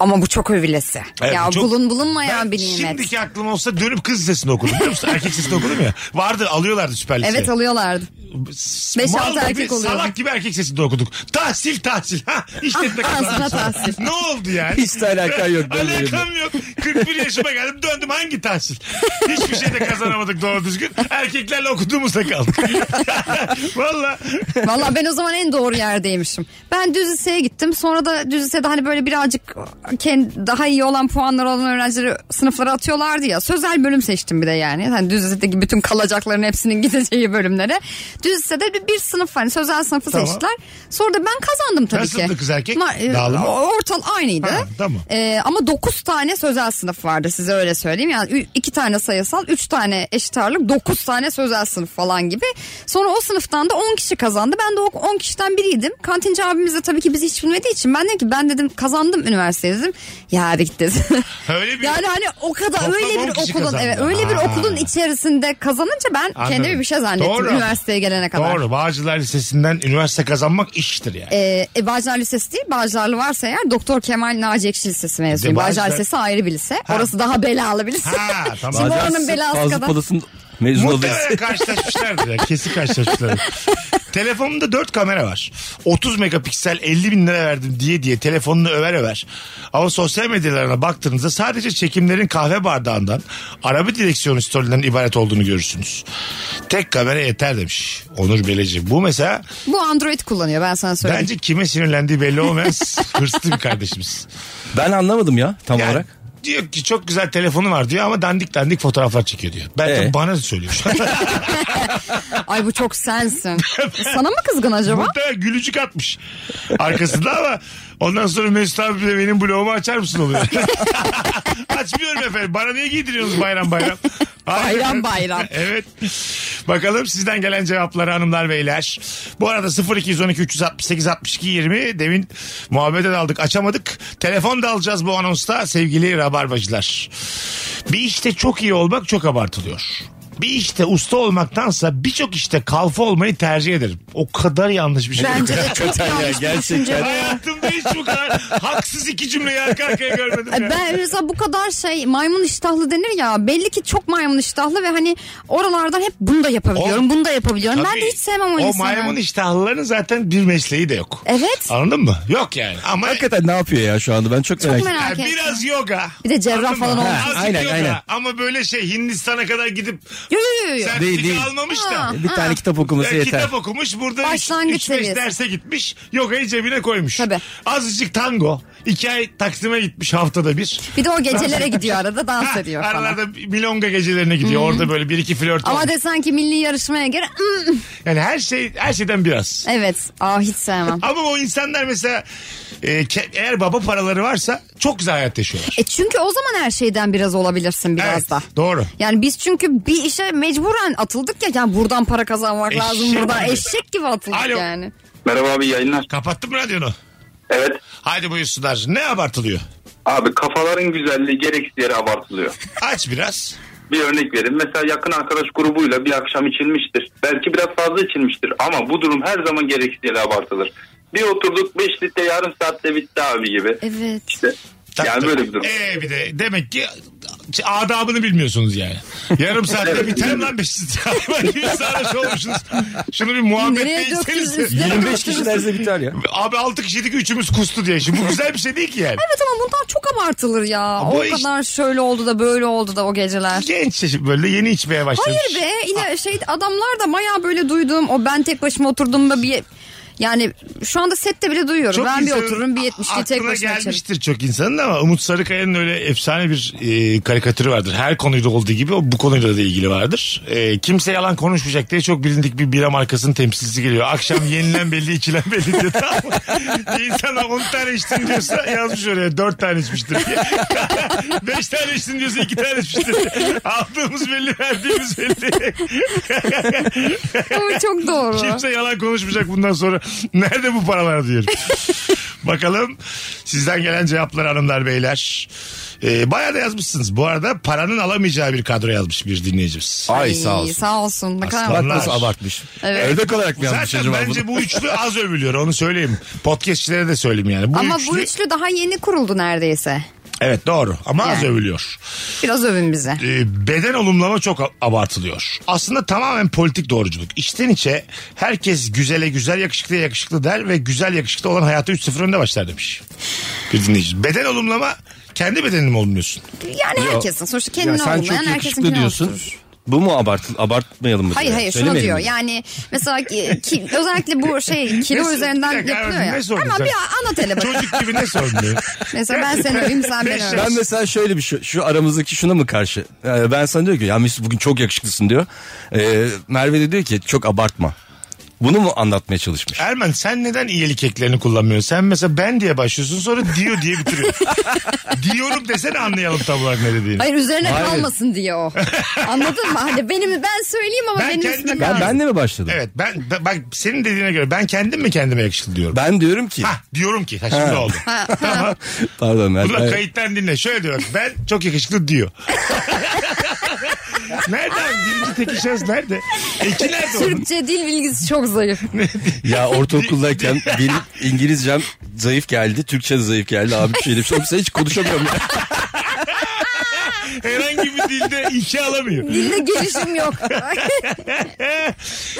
Speaker 5: Ama bu çok övülesi.
Speaker 3: Evet,
Speaker 5: ya
Speaker 3: bu çok-
Speaker 5: bulun bulunmayan
Speaker 3: Ben
Speaker 5: bir nimet.
Speaker 4: şey-
Speaker 3: Şimdiki aklım olsa dönüp kız lisesini okudum biliyor musun? Erkek lisesini okudum ya. Vardı alıyorlardı süper liseye.
Speaker 5: Evet alıyorlardı.
Speaker 3: S-
Speaker 5: Beş,
Speaker 3: mal
Speaker 5: altı
Speaker 3: gibi,
Speaker 5: erkek oluyor.
Speaker 3: Salak gibi erkek sesinde okuduk. Tahsil tahsil. Ha
Speaker 5: <laughs>
Speaker 3: işletme
Speaker 5: Ah,
Speaker 3: kazandım.
Speaker 5: ağzına tahsil.
Speaker 3: ne oldu yani?
Speaker 4: Hiç de alakan yok benim
Speaker 3: Alakam yok. 41 yaşıma geldim döndüm hangi tahsil? Hiçbir şey de kazanamadık doğru düzgün. Erkeklerle okuduğumuzda kaldık. <laughs> Valla.
Speaker 5: Valla ben o zaman en doğru yerdeymişim. Ben düz liseye gittim. Sonra da düz lisede hani böyle birazcık kendi, daha iyi olan puanları olan öğrencileri sınıflara atıyorlardı ya. Sözel bölüm seçtim bir de yani. Hani düz lisedeki bütün kalacakların hepsinin <laughs> gideceği bölümlere. Düz lisede bir, bir sınıf var. Hani sözel sınıfı
Speaker 3: Tamam.
Speaker 5: seçtiler. Sonra da ben kazandım tabii ki.
Speaker 3: Nasıldı kız erkek?
Speaker 5: e,
Speaker 3: Dağılımı?
Speaker 5: Ortal aynıydı.
Speaker 3: Ha, tamam.
Speaker 5: E, ama 9 tane sözel sınıf vardı size öyle söyleyeyim. Yani 2 tane sayısal, 3 tane eşit ağırlık, 9 tane sözel sınıf falan gibi. Sonra o sınıftan da 10 kişi kazandı. Ben de o 10 kişiden biriydim. Kantinci abimiz de tabii ki bizi hiç bilmediği için ben dedim ki ben dedim kazandım üniversiteyi dedim. Ya abi git dedi. <laughs>
Speaker 3: Öyle bir-
Speaker 5: Yani hani o kadar
Speaker 3: Toplam
Speaker 5: öyle
Speaker 3: 10
Speaker 5: bir
Speaker 3: kişi
Speaker 5: okulun
Speaker 3: kazandı.
Speaker 5: evet, öyle bir
Speaker 3: Ha.
Speaker 5: okulun içerisinde kazanınca ben
Speaker 3: Anladım.
Speaker 5: kendimi bir şey zannettim
Speaker 3: Doğru.
Speaker 5: üniversiteye gelene kadar.
Speaker 3: Doğru. Bağcılar Lisesi'nden üniversite kazanmak iştir yani.
Speaker 5: Ee, e, Bağcılar Lisesi değil. Bağcılarlı varsa eğer Doktor Kemal Naci Ekşi Lisesi mezunuyum.
Speaker 3: De, Bağcılar-
Speaker 5: Bağcılar Lisesi ayrı bir lise.
Speaker 3: Ha.
Speaker 5: Orası daha belalı bir lise.
Speaker 3: Ha, tamam.
Speaker 5: Şimdi
Speaker 3: Bağcılar
Speaker 5: oranın belası
Speaker 4: Fazlı
Speaker 5: kadar.
Speaker 4: Polat'ın mezun olduğu
Speaker 3: Muhtemelen karşılaşmışlardır ya. Kesin karşılaşmışlardır. Telefonumda 4 kamera var. 30 megapiksel 50 bin lira verdim diye diye telefonunu över över. Ama sosyal medyalarına baktığınızda sadece çekimlerin kahve bardağından araba direksiyonu storylerinden ibaret olduğunu görürsünüz. Tek kamera yeter demiş Onur Beleci. Bu mesela
Speaker 5: Bu Android kullanıyor ben sana söyleyeyim.
Speaker 3: bence kime sinirlendiği belli olmayan hırslı bir kardeşimiz.
Speaker 4: Ben anlamadım ya tam
Speaker 3: Yani
Speaker 4: olarak.
Speaker 3: Diyor ki çok güzel telefonu var diyor ama dandik dandik fotoğraflar çekiyor diyor. Ben de
Speaker 4: Ee?
Speaker 3: bana söylüyor.
Speaker 5: Ay bu
Speaker 3: <laughs>
Speaker 5: çok sensin. sana mı kızgın acaba?
Speaker 3: Muhtemelen gülücük atmış arkasında ama ondan sonra Mesut abi de benim bloğumu açar mısın
Speaker 5: <laughs>
Speaker 3: oluyor. Açmıyorum efendim. Bana niye giydiriyorsunuz bayram bayram? Hayır
Speaker 5: Bayram
Speaker 3: efendim.
Speaker 5: bayram.
Speaker 3: evet. Bakalım sizden gelen cevapları hanımlar beyler. Bu arada 0212 368 62 20 demin muhabbete daldık açamadık. Telefon da alacağız bu anonsta sevgili rabarbacılar. Bir işte çok iyi olmak çok abartılıyor. Bir işte usta olmaktansa birçok işte kalfa olmayı tercih ederim. O kadar yanlış bir şey. <laughs>
Speaker 5: Bence de çok
Speaker 4: Ya
Speaker 5: yanlış bir
Speaker 4: gerçekten.
Speaker 5: düşünce.
Speaker 3: Hayatımda hiç bu kadar haksız iki cümleyi arka arkaya görmedim.
Speaker 5: Ay
Speaker 3: ya.
Speaker 5: Ben mesela bu kadar şey maymun iştahlı denir ya belli ki çok maymun iştahlı ve hani oralardan hep bunu da yapabiliyorum
Speaker 3: O-
Speaker 5: bunu da yapabiliyorum. ben de
Speaker 3: Tabii.
Speaker 5: hiç sevmem o,
Speaker 3: O
Speaker 5: insanı.
Speaker 3: maymun iştahlıların zaten bir mesleği de yok.
Speaker 5: Evet.
Speaker 3: Anladın mı? Yok yani. Ama
Speaker 4: Hakikaten ne yapıyor ya şu anda ben çok merak
Speaker 5: Çok
Speaker 4: ediyorum.
Speaker 5: merak
Speaker 3: yani
Speaker 5: ettim.
Speaker 3: biraz yoga.
Speaker 5: Bir de cerrah
Speaker 3: Anladın mı?
Speaker 5: falan olmuş.
Speaker 4: Ha,
Speaker 3: Azıcık
Speaker 4: aynen,
Speaker 3: yoga.
Speaker 4: aynen.
Speaker 3: Ama böyle şey Hindistan'a kadar gidip
Speaker 5: Yo, yo, yo, yo.
Speaker 3: sertifika
Speaker 4: Değil, değil.
Speaker 3: almamış da.
Speaker 5: Ha.
Speaker 4: Bir tane kitap
Speaker 3: Ya
Speaker 4: okuması yeter.
Speaker 3: kitap okumuş burada
Speaker 5: Başlangıç
Speaker 3: 3-5
Speaker 5: seviyesi.
Speaker 3: derse gitmiş yogayı cebine koymuş.
Speaker 5: Tabii.
Speaker 3: Azıcık tango. 2 ay Taksim'e gitmiş haftada bir.
Speaker 5: Bir de o gecelere gidiyor arada dans
Speaker 3: Ha,
Speaker 5: ediyor falan.
Speaker 3: aralarda milonga gecelerine gidiyor. Orada böyle bir iki flört
Speaker 5: Ama
Speaker 3: olmuş.
Speaker 5: desen ki milli yarışmaya gir. ım,
Speaker 3: Yani her şey her şeyden biraz.
Speaker 5: Evet. Aa hiç sevmem.
Speaker 3: Ama o insanlar mesela e, ke- eğer baba paraları varsa çok güzel hayat yaşıyorlar.
Speaker 5: E çünkü o zaman her şeyden biraz olabilirsin biraz
Speaker 3: Evet,
Speaker 5: da.
Speaker 3: doğru.
Speaker 5: Yani biz çünkü bir işe mecburen atıldık ya. Yani buradan para kazanmak
Speaker 3: Eşek
Speaker 5: lazım. Buradan
Speaker 3: gibi.
Speaker 5: eşek gibi atıldık
Speaker 3: Alo.
Speaker 5: yani.
Speaker 6: Merhaba abi yayınlar.
Speaker 3: Kapattın mı radyonu?
Speaker 6: Evet.
Speaker 3: Haydi buyursunlar. Ne abartılıyor?
Speaker 6: Abi kafaların güzelliği gereksiz yere abartılıyor.
Speaker 3: Aç biraz.
Speaker 6: Bir örnek vereyim. Mesela yakın arkadaş grubuyla bir akşam içilmiştir. Belki biraz fazla içilmiştir ama bu durum her zaman gereksiz yere abartılır. Bir oturduk 5 litre yarım saatte bitti abi gibi.
Speaker 5: Evet.
Speaker 6: İşte yani böyle bir durum.
Speaker 3: Ee, bir de demek ki adabını bilmiyorsunuz yani. Yarım saatte
Speaker 6: Evet.
Speaker 3: biter mi lan 5 <laughs> Hayvan gibi sarhoş şey olmuşsunuz. Şunu bir muhabbet
Speaker 5: Nereye döktünüz
Speaker 3: değilseniz.
Speaker 5: üstüne?
Speaker 4: 25 kişi derse biter ya.
Speaker 3: <laughs> Abi 6 kişiydik 3'ümüz kustu diye. Şimdi bu güzel bir şey değil ki yani.
Speaker 5: Evet ama bundan çok abartılır ya.
Speaker 3: Ama
Speaker 5: o
Speaker 3: işte-
Speaker 5: kadar şöyle oldu da böyle oldu da o geceler.
Speaker 3: Genç yaşım böyle yeni içmeye başlamış.
Speaker 5: Hayır be yine şey adamlar da maya böyle duyduğum o ben tek başıma oturduğumda bir yani şu anda sette bile duyuyorum. ben bir
Speaker 3: insanın
Speaker 5: otururum bir 70'liği tek
Speaker 3: aklına
Speaker 5: başıma içerim.
Speaker 3: gelmiştir çok insanın ama Umut Sarıkaya'nın öyle efsane bir e, karikatürü vardır. Her konuyla olduğu gibi o bu konuyla da ilgili vardır. E, kimse yalan konuşmayacak diye çok bilindik bir bira markasının temsilcisi geliyor. Akşam yenilen belli içilen belli diyor <laughs> tamam mı? İnsanlar 10 tane içtin diyorsa yazmış oraya 4 tane içmiştir diye. <laughs> 5 tane içtin diyorsa 2 tane içmiştir. <laughs> Aldığımız belli verdiğimiz belli.
Speaker 5: Ama çok doğru.
Speaker 3: <laughs> Kimse yalan konuşmayacak bundan sonra. Nerede bu paralar
Speaker 5: <laughs>
Speaker 3: diyorum. Bakalım sizden gelen cevaplar hanımlar beyler. Ee, bayağı da yazmışsınız. Bu arada paranın alamayacağı bir kadro yazmış bir dinleyicimiz.
Speaker 4: Ay
Speaker 5: İyi,
Speaker 4: sağ olsun.
Speaker 5: Sağ olsun. Ne kadar-
Speaker 4: Bak
Speaker 3: Aslanlar.
Speaker 4: nasıl abartmış.
Speaker 5: Evet.
Speaker 4: Ördek olarak mı yazmış
Speaker 3: Zaten
Speaker 4: acaba
Speaker 3: bence
Speaker 4: bunu?
Speaker 3: bu üçlü az övülüyor onu
Speaker 5: <laughs>
Speaker 3: söyleyeyim. Podcastçilere de söyleyeyim yani. Bu
Speaker 5: Ama
Speaker 3: üçlü,
Speaker 5: bu üçlü daha yeni kuruldu neredeyse.
Speaker 3: Evet doğru ama az
Speaker 5: Yani.
Speaker 3: övülüyor.
Speaker 5: Biraz övün bize.
Speaker 3: e, beden olumlama çok a- abartılıyor. Aslında tamamen politik doğruculuk. İçten içe herkes güzele güzel yakışıklıya yakışıklı der ve güzel yakışıklı olan hayatı 3-0 önde başlar demiş. Bir dinleyici. Beden olumlama kendi bedenini mi olumluyorsun?
Speaker 5: Yani herkesin. Sonuçta
Speaker 4: Ya
Speaker 5: kendini
Speaker 4: sen
Speaker 5: olmayan
Speaker 4: çok
Speaker 5: herkesin
Speaker 4: yakışıklı
Speaker 5: kendini
Speaker 4: diyorsun. Bu mu abartıl abartmayalım mı?
Speaker 5: Hayır
Speaker 4: diyor?
Speaker 5: hayır şunu
Speaker 4: Söylemeyelim
Speaker 5: diyor.
Speaker 4: mi?
Speaker 5: Yani mesela ki, ki- özellikle bu şey kilo
Speaker 3: Mesut,
Speaker 5: üzerinden
Speaker 3: bir dakika,
Speaker 5: yapılıyor
Speaker 3: Erman,
Speaker 5: ya.
Speaker 3: ne sordun
Speaker 5: Ama
Speaker 3: sen?
Speaker 5: bir anlat hele bak.
Speaker 3: Çocuk gibi ne sorun
Speaker 5: <laughs> Mesela ben seni öveyim sen
Speaker 3: Beş
Speaker 5: beni öv.
Speaker 4: Ben mesela şöyle bir şey- şu, şu aramızdaki şuna mı karşı? Ee, ben sana diyor ki ya Mesut bugün çok yakışıklısın diyor. Ee, Merve de diyor ki çok abartma. Bunu mu anlatmaya çalışmış?
Speaker 3: Erman sen neden iyilik eklerini kullanmıyorsun? Sen mesela ben diye başlıyorsun sonra diyor diye
Speaker 5: <laughs>
Speaker 3: bitiriyorsun. Diyorum desene anlayalım tam olarak ne dediğini.
Speaker 5: Hayır üzerine
Speaker 4: Hayır.
Speaker 5: kalmasın diye o. Anladın mı? Hani benim ben söyleyeyim ama
Speaker 3: Ben
Speaker 5: benim
Speaker 3: kendim-
Speaker 5: üstüme
Speaker 4: Ben,
Speaker 5: kalmasın.
Speaker 4: ben de mi başladım?
Speaker 3: Evet ben, ben- bak senin dediğine göre ben kendim mi kendime yakışıklı diyorum?
Speaker 4: Ben diyorum ki
Speaker 3: Ha diyorum ki. Ha, şimdi
Speaker 4: Ha.
Speaker 3: oldu. Tamam.
Speaker 4: pardon Merve.
Speaker 3: Bunu da kayıttan dinle. Şöyle diyor. Ben çok yakışıklı diyor. Nerede abi? Birinci teki şans nerede? İki nerede onun?
Speaker 5: Türkçe dil bilgisi çok zayıf.
Speaker 4: Ya ortaokuldayken
Speaker 3: <laughs>
Speaker 4: benim İngilizcem zayıf geldi. Türkçe de zayıf geldi. Abi bir şey demiş. Oğlum sen hiç konuşamıyorum. ya.
Speaker 3: Herhangi bir dilde iki alamıyor.
Speaker 5: Dilde gelişim
Speaker 4: <laughs>
Speaker 5: yok.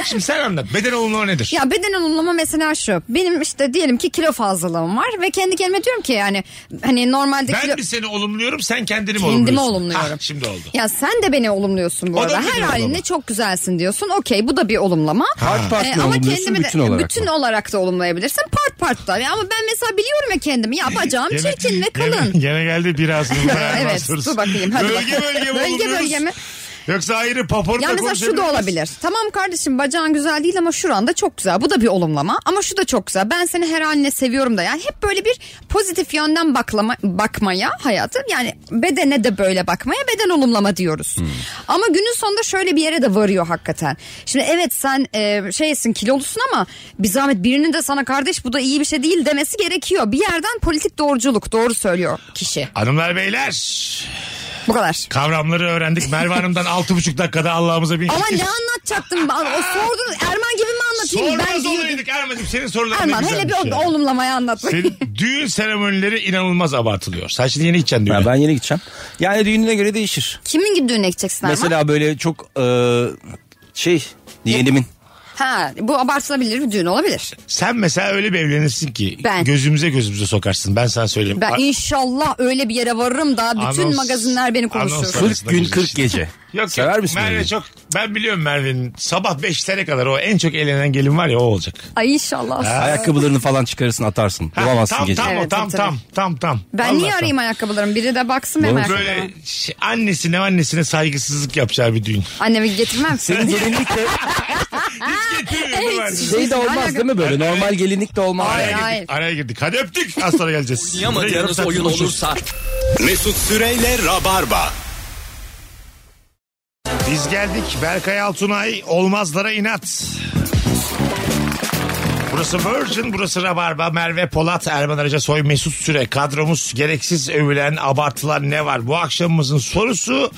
Speaker 3: Şimdi sen anlat. Beden olumluğu nedir?
Speaker 5: ya beden olumlama mesela şu. Benim işte diyelim ki kilo fazlalığım var ve kendi kendime diyorum ki yani hani normalde kilo...
Speaker 3: Ben mi seni olumluyorum sen kendini mi olumluyorsun?
Speaker 5: Kendimi
Speaker 3: Ah,
Speaker 5: olumluyorum.
Speaker 3: şimdi oldu.
Speaker 5: Ya sen de beni olumluyorsun bu
Speaker 3: O da
Speaker 5: arada.
Speaker 3: bir
Speaker 5: Her
Speaker 3: olumlama.
Speaker 5: halinde çok güzelsin diyorsun. Okey bu da bir olumlama. Ee,
Speaker 4: Part part
Speaker 5: E,
Speaker 4: mi olumluyorsun, bütün olarak
Speaker 5: bütün
Speaker 4: mı?
Speaker 5: olarak da olumlayabilirsin. Part part da. Ya Ama ben mesela biliyorum ya kendimi. Ya bacağım çirkin ve
Speaker 3: Gene,
Speaker 5: kalın.
Speaker 3: gene geldi biraz.
Speaker 5: <laughs> Evet, dur bakayım, hadi
Speaker 3: bölge
Speaker 5: bakalım.
Speaker 3: bölge mi
Speaker 5: Bölge
Speaker 3: olumluyoruz?
Speaker 5: bölge mi?
Speaker 3: Yoksa ayrı paporta
Speaker 5: Ya mesela şu da
Speaker 3: konuşabiliriz.
Speaker 5: olabilir. Tamam kardeşim bacağın güzel değil ama şuran da çok güzel. Bu da bir olumlama. Ama şu da çok güzel. Ben seni her haline seviyorum da. Yani hep böyle bir pozitif yönden baklama, bakmaya hayatı. Yani bedene de böyle bakmaya beden olumlama diyoruz. Ama günün sonunda şöyle bir yere de varıyor hakikaten. Şimdi evet sen e, şeysin kilolusun ama bir zahmet birinin de sana kardeş bu da iyi bir şey değil demesi gerekiyor. Bir yerden politik doğruculuk doğru söylüyor kişi.
Speaker 3: Hanımlar beyler
Speaker 5: Bu kadar.
Speaker 3: kavramları öğrendik. Merve Hanım'dan 6,5 dakikada Allah'ımıza bin
Speaker 5: Ama
Speaker 3: şükür.
Speaker 5: ne anlatacaktım? ben? O sordunuz. Erman gibi mi anlatayım?
Speaker 3: Sormaz
Speaker 5: ben
Speaker 3: olaydık Erman'cığım senin soruların ne
Speaker 5: Erman hele bir
Speaker 3: güzelmiş ya.
Speaker 5: o- olumlamayı anlat.
Speaker 3: Senin düğün seremonileri inanılmaz abartılıyor. Saçını yeni içen düğüne.
Speaker 4: Ya ben yeni gideceğim. Yani düğününe göre değişir.
Speaker 5: Kimin gittiğine gideceksin Erman?
Speaker 4: Mesela böyle çok e, şey yeğenimin.
Speaker 5: Ha, bu abartılabilir bir düğün olabilir.
Speaker 3: Sen mesela öyle bir evlenirsin ki
Speaker 5: Ben.
Speaker 3: gözümüze gözümüze sokarsın. Ben sana söyleyeyim.
Speaker 5: Ben
Speaker 3: A-
Speaker 5: inşallah öyle bir yere varırım da bütün
Speaker 3: Anons-
Speaker 5: magazinler beni konuşur.
Speaker 3: anons-
Speaker 4: 40 gün 40 gece.
Speaker 3: <laughs> Yok
Speaker 4: Sever
Speaker 3: yok.
Speaker 4: misin?
Speaker 3: Merve
Speaker 4: öyle?
Speaker 3: çok ben biliyorum Merve'nin sabah 5'lere kadar o en çok eğlenen gelin var ya o olacak.
Speaker 5: Ay inşallah.
Speaker 4: Ayakkabılarını falan çıkarırsın atarsın.
Speaker 3: Ha,
Speaker 4: Bulamazsın
Speaker 3: tam,
Speaker 4: gece.
Speaker 3: Tam, o,
Speaker 5: Evet,
Speaker 3: tam,
Speaker 5: tabii.
Speaker 3: tam tam tam.
Speaker 5: Ben
Speaker 3: Vallahi
Speaker 5: niye
Speaker 3: tam.
Speaker 5: arayayım ayakkabılarımı? Biri de baksın benim ayakkabılarıma.
Speaker 3: Böyle şey, annesine annesine saygısızlık yapacağı bir düğün.
Speaker 5: Annemi getirmem.
Speaker 4: Senin gelinlik de
Speaker 3: Hiç <laughs> getirmiyor.
Speaker 5: <laughs> Evet.
Speaker 3: Evet.
Speaker 4: şey de olmaz değil mi böyle? Normal gelinlik de olmaz.
Speaker 3: Araya
Speaker 5: Hayır,
Speaker 3: girdik.
Speaker 5: hayır.
Speaker 3: Araya girdik. Hadi öptük. Az sonra geleceğiz. Buraya yarım
Speaker 7: Oynayamadığınız
Speaker 3: saat
Speaker 7: oyun
Speaker 3: konuşuruz.
Speaker 7: olursa
Speaker 2: Mesut Süreyle Rabarba.
Speaker 3: Biz geldik. Berkay Altunay olmazlara inat. Burası Virgin, burası Rabarba, Merve Polat, Erman Araca Soy, Mesut Süre. Kadromuz gereksiz övülen, abartılan ne var? Bu akşamımızın sorusu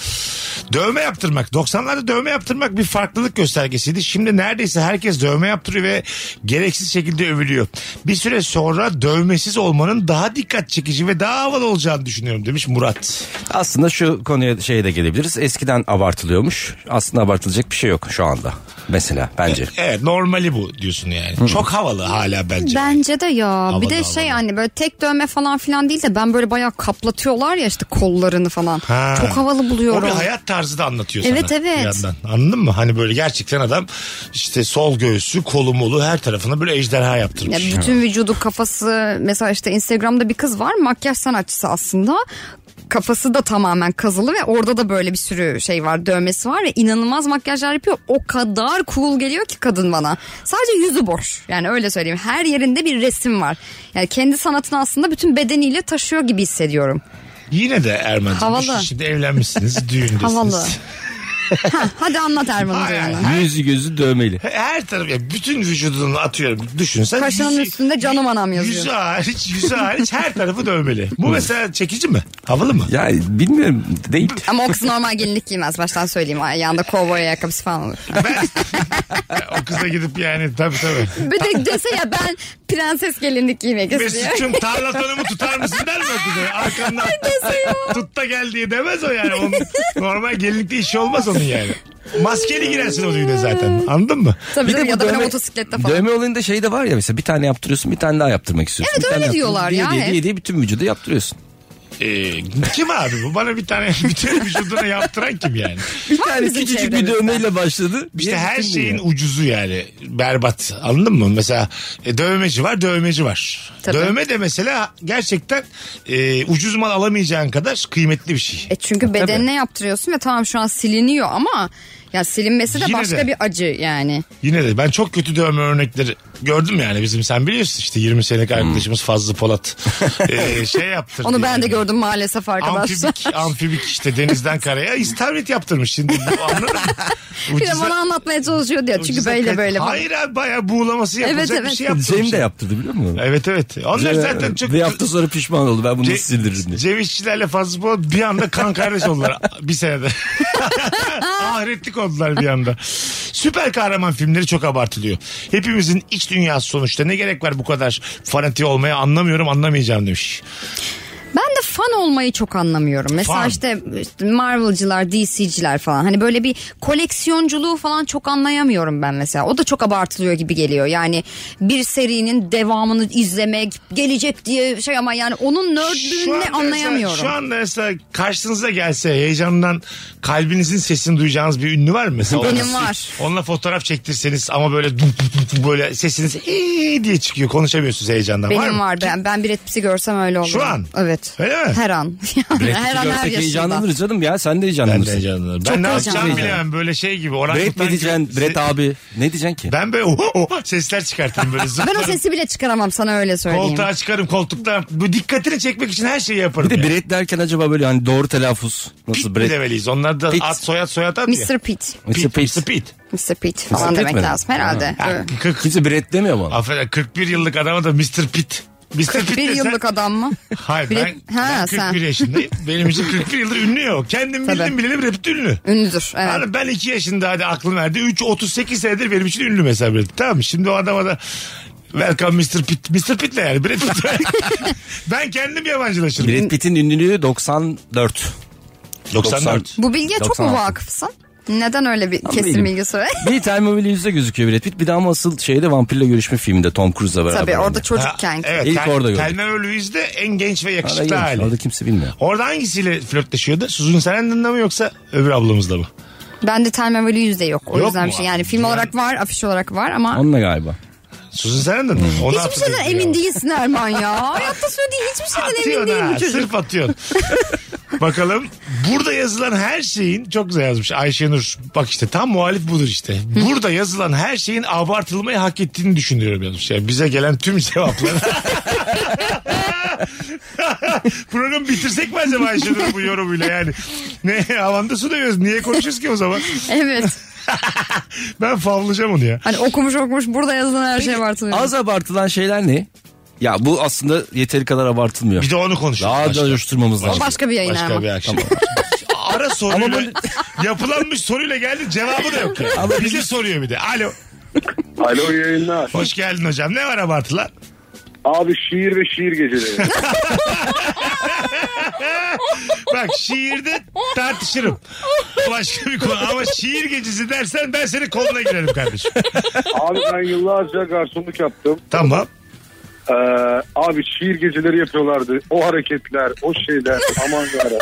Speaker 3: dövme yaptırmak. 90'larda dövme yaptırmak bir farklılık göstergesiydi. Şimdi neredeyse herkes dövme yaptırıyor ve gereksiz şekilde övülüyor. Bir süre sonra dövmesiz olmanın daha dikkat çekici ve daha havalı olacağını düşünüyorum demiş Murat.
Speaker 4: Aslında şu konuya şey de gelebiliriz. Eskiden abartılıyormuş. Aslında abartılacak bir şey yok şu anda. Mesela bence.
Speaker 3: Evet normali bu diyorsun yani. Çok havalı hala bence.
Speaker 5: Bence de ya. bir de
Speaker 3: Havalı,
Speaker 5: şey
Speaker 3: havalı.
Speaker 5: hani böyle tek dövme falan filan değil de ben böyle bayağı kaplatıyorlar ya işte kollarını falan.
Speaker 3: Ha.
Speaker 5: Çok havalı
Speaker 3: O
Speaker 5: buluyorum.
Speaker 3: bir hayat tarzı da anlatıyor
Speaker 5: Evet,
Speaker 3: sana.
Speaker 5: evet.
Speaker 3: bir yandan. Anladın mı? Hani böyle gerçekten adam işte sol göğsü, kolu molu her tarafına böyle ejderha
Speaker 5: Ya
Speaker 3: yaptırmış.
Speaker 5: bütün vücudu kafası mesela işte Instagram'da bir kız var makyaj sanatçısı aslında kafası da tamamen kazılı ve orada da böyle bir sürü şey var dövmesi var ve inanılmaz makyajlar yapıyor o kadar cool geliyor ki kadın bana sadece yüzü boş yani öyle söyleyeyim her yerinde bir resim var yani kendi sanatını aslında bütün bedeniyle taşıyor gibi hissediyorum
Speaker 3: Yine de Erman'cığım
Speaker 5: Havalı.
Speaker 3: düşün şimdi
Speaker 5: <laughs>
Speaker 3: evlenmişsiniz, düğündesiniz.
Speaker 5: havalı ha, hadi anlat Erman'ın
Speaker 3: Hayır,
Speaker 5: düğünü.
Speaker 3: hayır.
Speaker 4: Yüzü gözü dövmeli.
Speaker 3: Her tarafı ya bütün vücudunu atıyorum düşünsen.
Speaker 5: Kaşının üstünde canım anam yazıyor.
Speaker 3: Yüzü hariç, yüzü hariç her tarafı dövmeli. Bu mesela çekici mi? Havalı mı?
Speaker 4: Yani bilmiyorum değil.
Speaker 5: ama o kız normal gelinlik giymez baştan söyleyeyim ayağında kovboy ayakkabısı falan olur
Speaker 3: o kıza gidip yani tabii tabii.
Speaker 5: Bir de dese ya ben prenses gelinlik giymek istiyorum.
Speaker 3: Mesut'cum tarla tonumu tutar mısın der mi o kıza? Arkandan tut da gel diye demez o yani. Onun, normal gelinlikte işi olmaz onun yani. Maskeli girersin o düğüne zaten. Anladın mı?
Speaker 5: Tabii canım, ya da böyle
Speaker 4: dövme-
Speaker 5: motosiklette falan.
Speaker 4: Dövme olayında şey de var ya mesela bir tane yaptırıyorsun bir tane daha yaptırmak istiyorsun.
Speaker 5: Evet,
Speaker 4: Bir tane
Speaker 5: öyle
Speaker 4: yaptırıyorsun,
Speaker 5: diyorlar
Speaker 4: diye,
Speaker 5: ya,
Speaker 4: Diye,
Speaker 5: hep.
Speaker 4: diye, diye bütün vücudu yaptırıyorsun.
Speaker 3: Ee, kim abi bu? Bana bir tane <laughs> bir tane vücuduna yaptıran kim yani?
Speaker 4: Bir
Speaker 5: Var
Speaker 4: tane
Speaker 5: bizim
Speaker 4: küçücük bir
Speaker 5: çevremizde.
Speaker 4: dövmeyle başladı.
Speaker 3: İşte
Speaker 4: diye
Speaker 3: her
Speaker 4: bütün
Speaker 3: şeyin
Speaker 4: dünya.
Speaker 3: ucuzu yani. Berbat. Anladın mı? Mesela e, dövmeci var, dövmeci var.
Speaker 5: Tabii.
Speaker 3: Dövme de mesela gerçekten e, ucuz mal alamayacağın kadar kıymetli bir şey.
Speaker 5: E çünkü bedenine yaptırıyorsun ve tamam şu an siliniyor ama ya silinmesi de
Speaker 3: Yine
Speaker 5: başka
Speaker 3: de.
Speaker 5: bir acı yani.
Speaker 3: Yine de ben çok kötü dövme örnekleri gördüm yani bizim sen biliyorsun işte 20 senelik arkadaşımız Fazlı
Speaker 4: <laughs>
Speaker 3: Polat Ee, şey yaptırdı.
Speaker 5: Onu ben de
Speaker 3: yani.
Speaker 5: gördüm maalesef <laughs> arkadaşlar.
Speaker 3: Amfibik, amfibik işte denizden karaya istavrit yaptırmış şimdi bu anladın mı?
Speaker 5: <laughs> Bir de
Speaker 3: Ucuza-
Speaker 5: bana anlatmaya çalışıyor diyor. Çünkü
Speaker 3: ucuza
Speaker 5: böyle
Speaker 3: kat-
Speaker 5: böyle. falan.
Speaker 3: Hayır abi bayağı buğulaması yapılacak
Speaker 5: Evet,
Speaker 3: bir
Speaker 5: evet.
Speaker 3: şey yaptırmış.
Speaker 4: Cem de yaptırdı biliyor musun?
Speaker 3: Evet evet. Onlar
Speaker 4: Cem-
Speaker 3: zaten çok...
Speaker 4: Bir hafta sonra pişman oldu ben bunu
Speaker 3: Ce-
Speaker 4: nasıl sildiririm
Speaker 5: <laughs>
Speaker 4: diye.
Speaker 3: Cevizçilerle Fazlı Polat <laughs> bir anda kan kardeş oldular bir senede. Ahretlik oldular bir anda. Süper kahraman filmleri çok abartılıyor. Hepimizin iç dünyası sonuçta. Ne gerek var bu kadar fanatik olmaya anlamıyorum anlamayacağım demiş.
Speaker 5: Ben de fan olmayı çok anlamıyorum. Mesela
Speaker 3: Fan.
Speaker 5: işte işte Marvel'cılar, DC'ciler falan. Hani böyle bir koleksiyonculuğu falan çok anlayamıyorum ben mesela. O da çok abartılıyor gibi geliyor. Yani bir serinin devamını izlemek, gelecek diye şey ama yani onun
Speaker 3: an
Speaker 5: nerdlüğünü
Speaker 3: mesela-
Speaker 5: anlayamıyorum.
Speaker 3: şu anda mesela karşınıza gelse heyecandan kalbinizin sesini duyacağınız bir ünlü var mı? Mesela
Speaker 5: Benim
Speaker 3: Onunla-
Speaker 5: var.
Speaker 3: Onunla fotoğraf çektirseniz ama böyle dum dum dum dum böyle sesiniz "Ee" diye çıkıyor. Konuşamıyorsunuz heyecandan. var
Speaker 5: Benim
Speaker 3: mı?
Speaker 5: var. Ben, ben Brad Pitt'i görsem öyle olur.
Speaker 3: an?
Speaker 5: Evet.
Speaker 3: Öyle mi?
Speaker 5: Her <laughs> an.
Speaker 4: Brad
Speaker 5: her
Speaker 4: Pitt'i
Speaker 5: an her
Speaker 4: görsek
Speaker 5: yaşında.
Speaker 4: heyecanlanırız canım ya. Sen de
Speaker 3: Ben
Speaker 4: heyecanlanırsın.
Speaker 3: de heyecanlanırım.
Speaker 5: Çok
Speaker 3: Ben ne yapacağım
Speaker 5: heyecanlı.
Speaker 3: bilemem böyle şey gibi. Oran
Speaker 4: Brad ne diyeceksin? Brad abi. Ne diyeceksin ki?
Speaker 3: Ben böyle "Oho, oho" sesler çıkartırım böyle
Speaker 5: Ben o
Speaker 3: zıplarım.
Speaker 5: sesi bile çıkaramam sana öyle söyleyeyim.
Speaker 3: Koltuğa çıkarım koltuktan. Bu dikkatini çekmek için her şeyi yaparım.
Speaker 4: Bir de
Speaker 3: yani.
Speaker 4: Brad derken acaba böyle hani doğru telaffuz. Nasıl
Speaker 3: Pit
Speaker 4: Brad?
Speaker 3: mi demeliyiz? Onlar da
Speaker 4: Pit.
Speaker 3: ad soyad soyad ad ya.
Speaker 5: Mr. Pitt.
Speaker 4: Mr. Pitt.
Speaker 3: Mr. Pit.
Speaker 5: Mr. Pitt falan
Speaker 4: Pitt
Speaker 5: demek
Speaker 4: mi?
Speaker 5: lazım herhalde. Evet.
Speaker 4: Kimse Brad demiyor bana.
Speaker 3: Affedersin 41 yıllık adama da Mr. Pit. Mr. Pit
Speaker 5: Bir
Speaker 3: desen-
Speaker 5: yıllık
Speaker 3: <laughs>
Speaker 5: adam mı?
Speaker 3: Hayır
Speaker 5: Bir de-
Speaker 3: ben,
Speaker 5: Ha,
Speaker 3: ben 41
Speaker 5: sen.
Speaker 3: yaşındayım. Benim için 41 yıldır ünlü yok. Kendim
Speaker 5: Tabii.
Speaker 3: bildim bileli hep ünlü.
Speaker 5: Ünlüdür evet.
Speaker 3: Yani Hani ben 2 yaşında hadi aklım verdi. 3 38 senedir benim için ünlü mesela. Brad Pitt. Tamam mı? şimdi o adama da Welcome Mr. Pitt. Mr. Pitt ne yani? Brad Pitt.
Speaker 5: <laughs>
Speaker 3: ben kendim yabancılaşırım.
Speaker 4: Brad Pitt'in ünlülüğü 94.
Speaker 3: 94.
Speaker 5: Bu bilgiye çok mu
Speaker 4: 96?
Speaker 5: vakıfsın? Neden öyle bir
Speaker 4: Tam
Speaker 5: kesin
Speaker 4: değilim.
Speaker 3: <laughs>
Speaker 5: bilgi söyle?
Speaker 4: <laughs>
Speaker 5: <laughs>
Speaker 4: Bir Termobil yüzde gözüküyor Brad Pitt. Bir daha ama asıl şeyde vampirle görüşme filminde Tom Cruise'la beraber.
Speaker 5: Tabii orada
Speaker 4: oynuyor.
Speaker 5: çocukken.
Speaker 3: Ha, evet,
Speaker 4: İlk
Speaker 3: Tel-
Speaker 4: orada gördük.
Speaker 3: Telmen Ölüyüz de en genç ve
Speaker 4: Arada
Speaker 3: yakışıklı
Speaker 4: gelmiş,
Speaker 3: hali.
Speaker 4: Orada kimse bilmiyor.
Speaker 3: Orada hangisiyle flörtleşiyordu? Suzun Sarandon'la mı yoksa öbür ablamızla mı?
Speaker 5: Ben de Time Valley yüzde yok. O
Speaker 3: Yok
Speaker 5: yüzden
Speaker 3: mu
Speaker 5: bir şey.
Speaker 3: abi?
Speaker 5: Yani film
Speaker 3: Yani-
Speaker 5: olarak var, afiş olarak var ama
Speaker 4: Onunla galiba.
Speaker 3: Suzun Sarandon mu? Onu
Speaker 5: hiçbir
Speaker 3: hatırlıyorum
Speaker 5: şeyden
Speaker 3: ya.
Speaker 5: emin değilsin Erman ya. Hayatta söylediği hiçbir şeyden emin
Speaker 3: Atıyorsun
Speaker 5: değil
Speaker 3: ha,
Speaker 5: bu çocuk.
Speaker 3: Sırf
Speaker 5: <laughs>
Speaker 3: atıyorsun. Bakalım burada yazılan her şeyin çok güzel yazmış Ayşenur. Bak işte tam muhalif budur işte. Burada yazılan her şeyin abartılmayı hak ettiğini düşünüyorum yazmış. Yani bize gelen tüm cevaplar. <laughs> Programı bitirsek mi acaba Ayşenur bu yorumuyla yani? Ne havanda su dövüyoruz. Niye konuşuyoruz ki o zaman?
Speaker 5: Evet.
Speaker 3: Ben favlayacağım onu ya.
Speaker 5: Hani okumuş okumuş burada yazılan her şey abartılıyor.
Speaker 4: Az abartılan şeyler ne? Ya bu aslında yeteri kadar abartılmıyor.
Speaker 3: Bir de onu konuşuruz.
Speaker 4: daha da
Speaker 3: başka.
Speaker 4: coşturmamız
Speaker 5: O
Speaker 4: lazım.
Speaker 5: başka bir yayın
Speaker 3: Başka
Speaker 5: Erman.
Speaker 3: bir akşam. <laughs> Ara soruyla <laughs> yapılanmış soruyla geldi cevabı da yok. Yani. Bize soruyor bir de. Alo.
Speaker 7: Alo iyi yayınlar.
Speaker 3: Hoş geldin hocam. Ne var abartılar?
Speaker 7: Abi şiir ve
Speaker 3: <laughs>
Speaker 7: şiir geceleri.
Speaker 3: Bak şiirde tartışırım. Başka bir konu. Ama şiir gecesi dersen ben senin koluna girerim kardeşim.
Speaker 7: abi ben yıllarca garsonluk yaptım.
Speaker 3: Tamam.
Speaker 7: Ee, abi şiir geceleri yapıyorlardı. O hareketler, o şeyler. Aman yarabbim.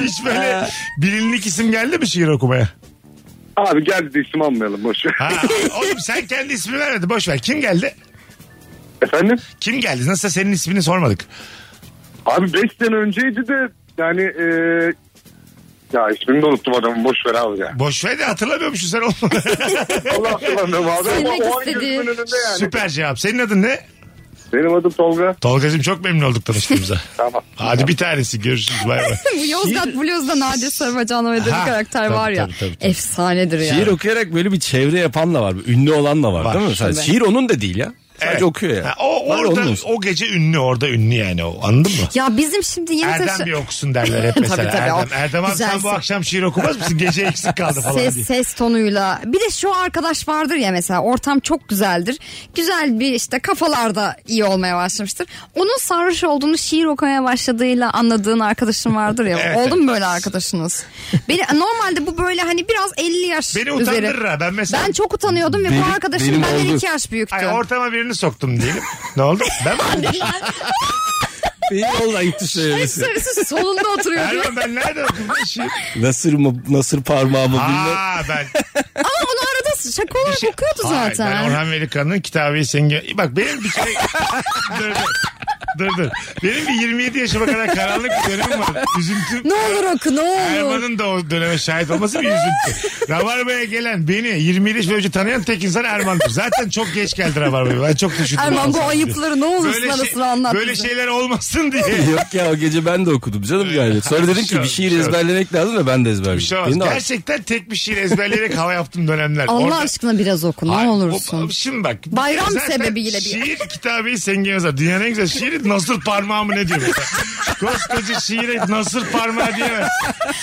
Speaker 3: Hiç böyle bilinlik isim geldi mi şiir okumaya?
Speaker 7: Abi geldi de isim almayalım boş ver.
Speaker 3: Ha, oğlum sen kendi ismini vermedin. Boş ver. Kim geldi?
Speaker 7: Efendim?
Speaker 3: Kim geldi? Nasıl senin ismini sormadık.
Speaker 7: Abi 5 sene önceydi de yani e, ya ismini de unuttum adamın boş ver abi ya.
Speaker 3: Boş ver de hatırlamıyormuşsun sen
Speaker 7: <laughs>
Speaker 3: onu.
Speaker 7: Allah hatırlamıyorum abi ama
Speaker 5: Silmek
Speaker 7: o an
Speaker 5: istedi.
Speaker 7: gözümün önünde yani.
Speaker 3: Süper cevap. Senin adın ne?
Speaker 7: Benim adım Tolga.
Speaker 3: Tolgacığım çok memnun olduk tanıştığımıza.
Speaker 5: <laughs>
Speaker 7: Tamam.
Speaker 3: Hadi bir tanesi görüşürüz bay bay.
Speaker 5: Bu Yozgat Blues'da Nadir Sarıbacan'la ve bir
Speaker 3: Ha,
Speaker 5: karakter
Speaker 3: tabii,
Speaker 5: var ya.
Speaker 3: tabii, tabii, tabii.
Speaker 5: Efsanedir ya.
Speaker 4: Şiir okuyarak böyle bir çevre yapan da var. bir Ünlü olan da var,
Speaker 3: Var.
Speaker 4: değil mi? Sadece şiir onun da değil ya. Sadece
Speaker 3: Evet.
Speaker 4: okuyor ya.
Speaker 3: Ha, o
Speaker 4: Var
Speaker 3: orada
Speaker 4: onun.
Speaker 3: o gece ünlü orada ünlü yani o anladın mı?
Speaker 5: Ya bizim şimdi yeni taşı...
Speaker 3: Erdem bir okusun derler hep mesela.
Speaker 5: <laughs> Tabii, tabii,
Speaker 3: Erdem,
Speaker 5: o
Speaker 3: Erdem abi sen
Speaker 5: güzelsin.
Speaker 3: bu akşam şiir okumaz mısın? Gece eksik kaldı falan
Speaker 5: ses,
Speaker 3: diye.
Speaker 5: ses tonuyla. Bir de şu arkadaş vardır ya mesela ortam çok güzeldir. Güzel bir işte kafalarda iyi olmaya başlamıştır. Onun sarhoş olduğunu şiir okumaya başladığıyla anladığın arkadaşın vardır ya.
Speaker 3: <laughs> Evet,
Speaker 5: Oldu mu böyle arkadaşınız? Beni normalde bu böyle hani biraz 50 yaş
Speaker 3: Beni
Speaker 5: üzeri.
Speaker 3: utandırır ha ben mesela.
Speaker 5: Ben çok utanıyordum ve bu
Speaker 4: Benim-
Speaker 5: arkadaşım
Speaker 4: benim
Speaker 5: benden
Speaker 4: oldu.
Speaker 5: 2 yaş büyüktü.
Speaker 3: Ay, ortama birini soktum diyelim. ne oldu? Ben
Speaker 5: <laughs>
Speaker 3: mi? <laughs>
Speaker 4: Benim oldu ayıp söylemesi.
Speaker 5: Sırası solunda oturuyordu.
Speaker 3: Erman ben nerede okudum ben şiir?
Speaker 4: Nasır mı, nasır parmağı mı bilmem.
Speaker 3: Aa
Speaker 5: <laughs>
Speaker 3: ben.
Speaker 5: Ama bunu arada şaka olarak okuyordu
Speaker 3: Şey- Hayır,
Speaker 5: zaten.
Speaker 3: ben Orhan Velikan'ın kitabı Sengi. Bak benim bir şey. <laughs> dur dur. Dur dur. Benim bir 27 yaşıma kadar karanlık bir dönemim var. Üzüntüm.
Speaker 5: Ne olur oku ne olur.
Speaker 3: Erman'ın da o döneme şahit olması bir üzüntü.
Speaker 5: <laughs>
Speaker 3: Rabarba'ya gelen beni 20 yaş ve önce tanıyan tek insan Erman'dır. Zaten çok geç geldi Rabarba'ya. Ben çok düşündüm.
Speaker 5: Erman bu
Speaker 3: Aslında.
Speaker 5: ayıpları ne olursun
Speaker 3: Böyle,
Speaker 5: ara
Speaker 3: şey,
Speaker 5: sıra anlat.
Speaker 3: böyle
Speaker 5: bize.
Speaker 3: şeyler olmasın diye.
Speaker 4: Yok ya o gece ben de okudum canım yani. Sonra dedim
Speaker 3: şey
Speaker 4: ki bir şiir
Speaker 3: Şu an-
Speaker 4: ezberlemek lazım da ben de ezberledim.
Speaker 3: Bir şey olmaz.
Speaker 4: Benim de var.
Speaker 3: Gerçekten tek bir şiir ezberleyerek hava yaptım dönemler.
Speaker 5: Allah
Speaker 3: Orada-
Speaker 5: aşkına biraz oku ne
Speaker 3: Ay,
Speaker 5: olursun.
Speaker 3: o- şimdi bak.
Speaker 5: Bayram
Speaker 3: zaten
Speaker 5: sebebiyle bir- <laughs>
Speaker 3: Şiir kitabı Sengi Özer. Dünyanın en güzel şiiri nasıl parmağımı ne diyor mesela. Koskoca şiire nasır parmağı diyemez.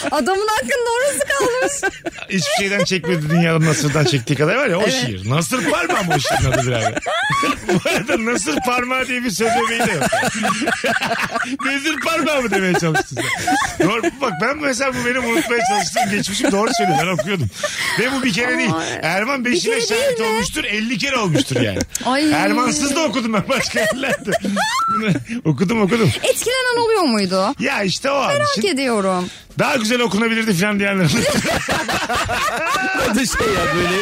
Speaker 3: şey-
Speaker 5: Adamın hakkında orası kalmış.
Speaker 3: <laughs> Hiçbir şeyden çekmedi dünyanın nasırdan çektiği kadar var ya o şiir. Nasır parmağı mı o şiirin adı
Speaker 5: <laughs>
Speaker 3: birader? Bu arada nasır parmağı diye bir söz öbeği de yok. <laughs> Nezir parmağı mı demeye çalıştın sen? Doğru, bak ben mesela bu benim unutmaya çalıştığım geçmişim doğru söylüyor. Ben okuyordum. Ve bu bir kere değil. Erman beşine
Speaker 5: kere
Speaker 3: şahit
Speaker 5: değil mi?
Speaker 3: olmuştur. 50 kere olmuştur yani.
Speaker 5: Ay.
Speaker 3: Ermansız da okudum ben başka
Speaker 5: <laughs>
Speaker 3: yerlerde. Bunu okudum okudum.
Speaker 5: Etkilenen oluyor muydu?
Speaker 3: Ya işte o an
Speaker 5: Merak
Speaker 3: için
Speaker 5: ediyorum.
Speaker 3: daha güzel okunabilirdi falan diyenler.
Speaker 4: Hadi şey ya böyle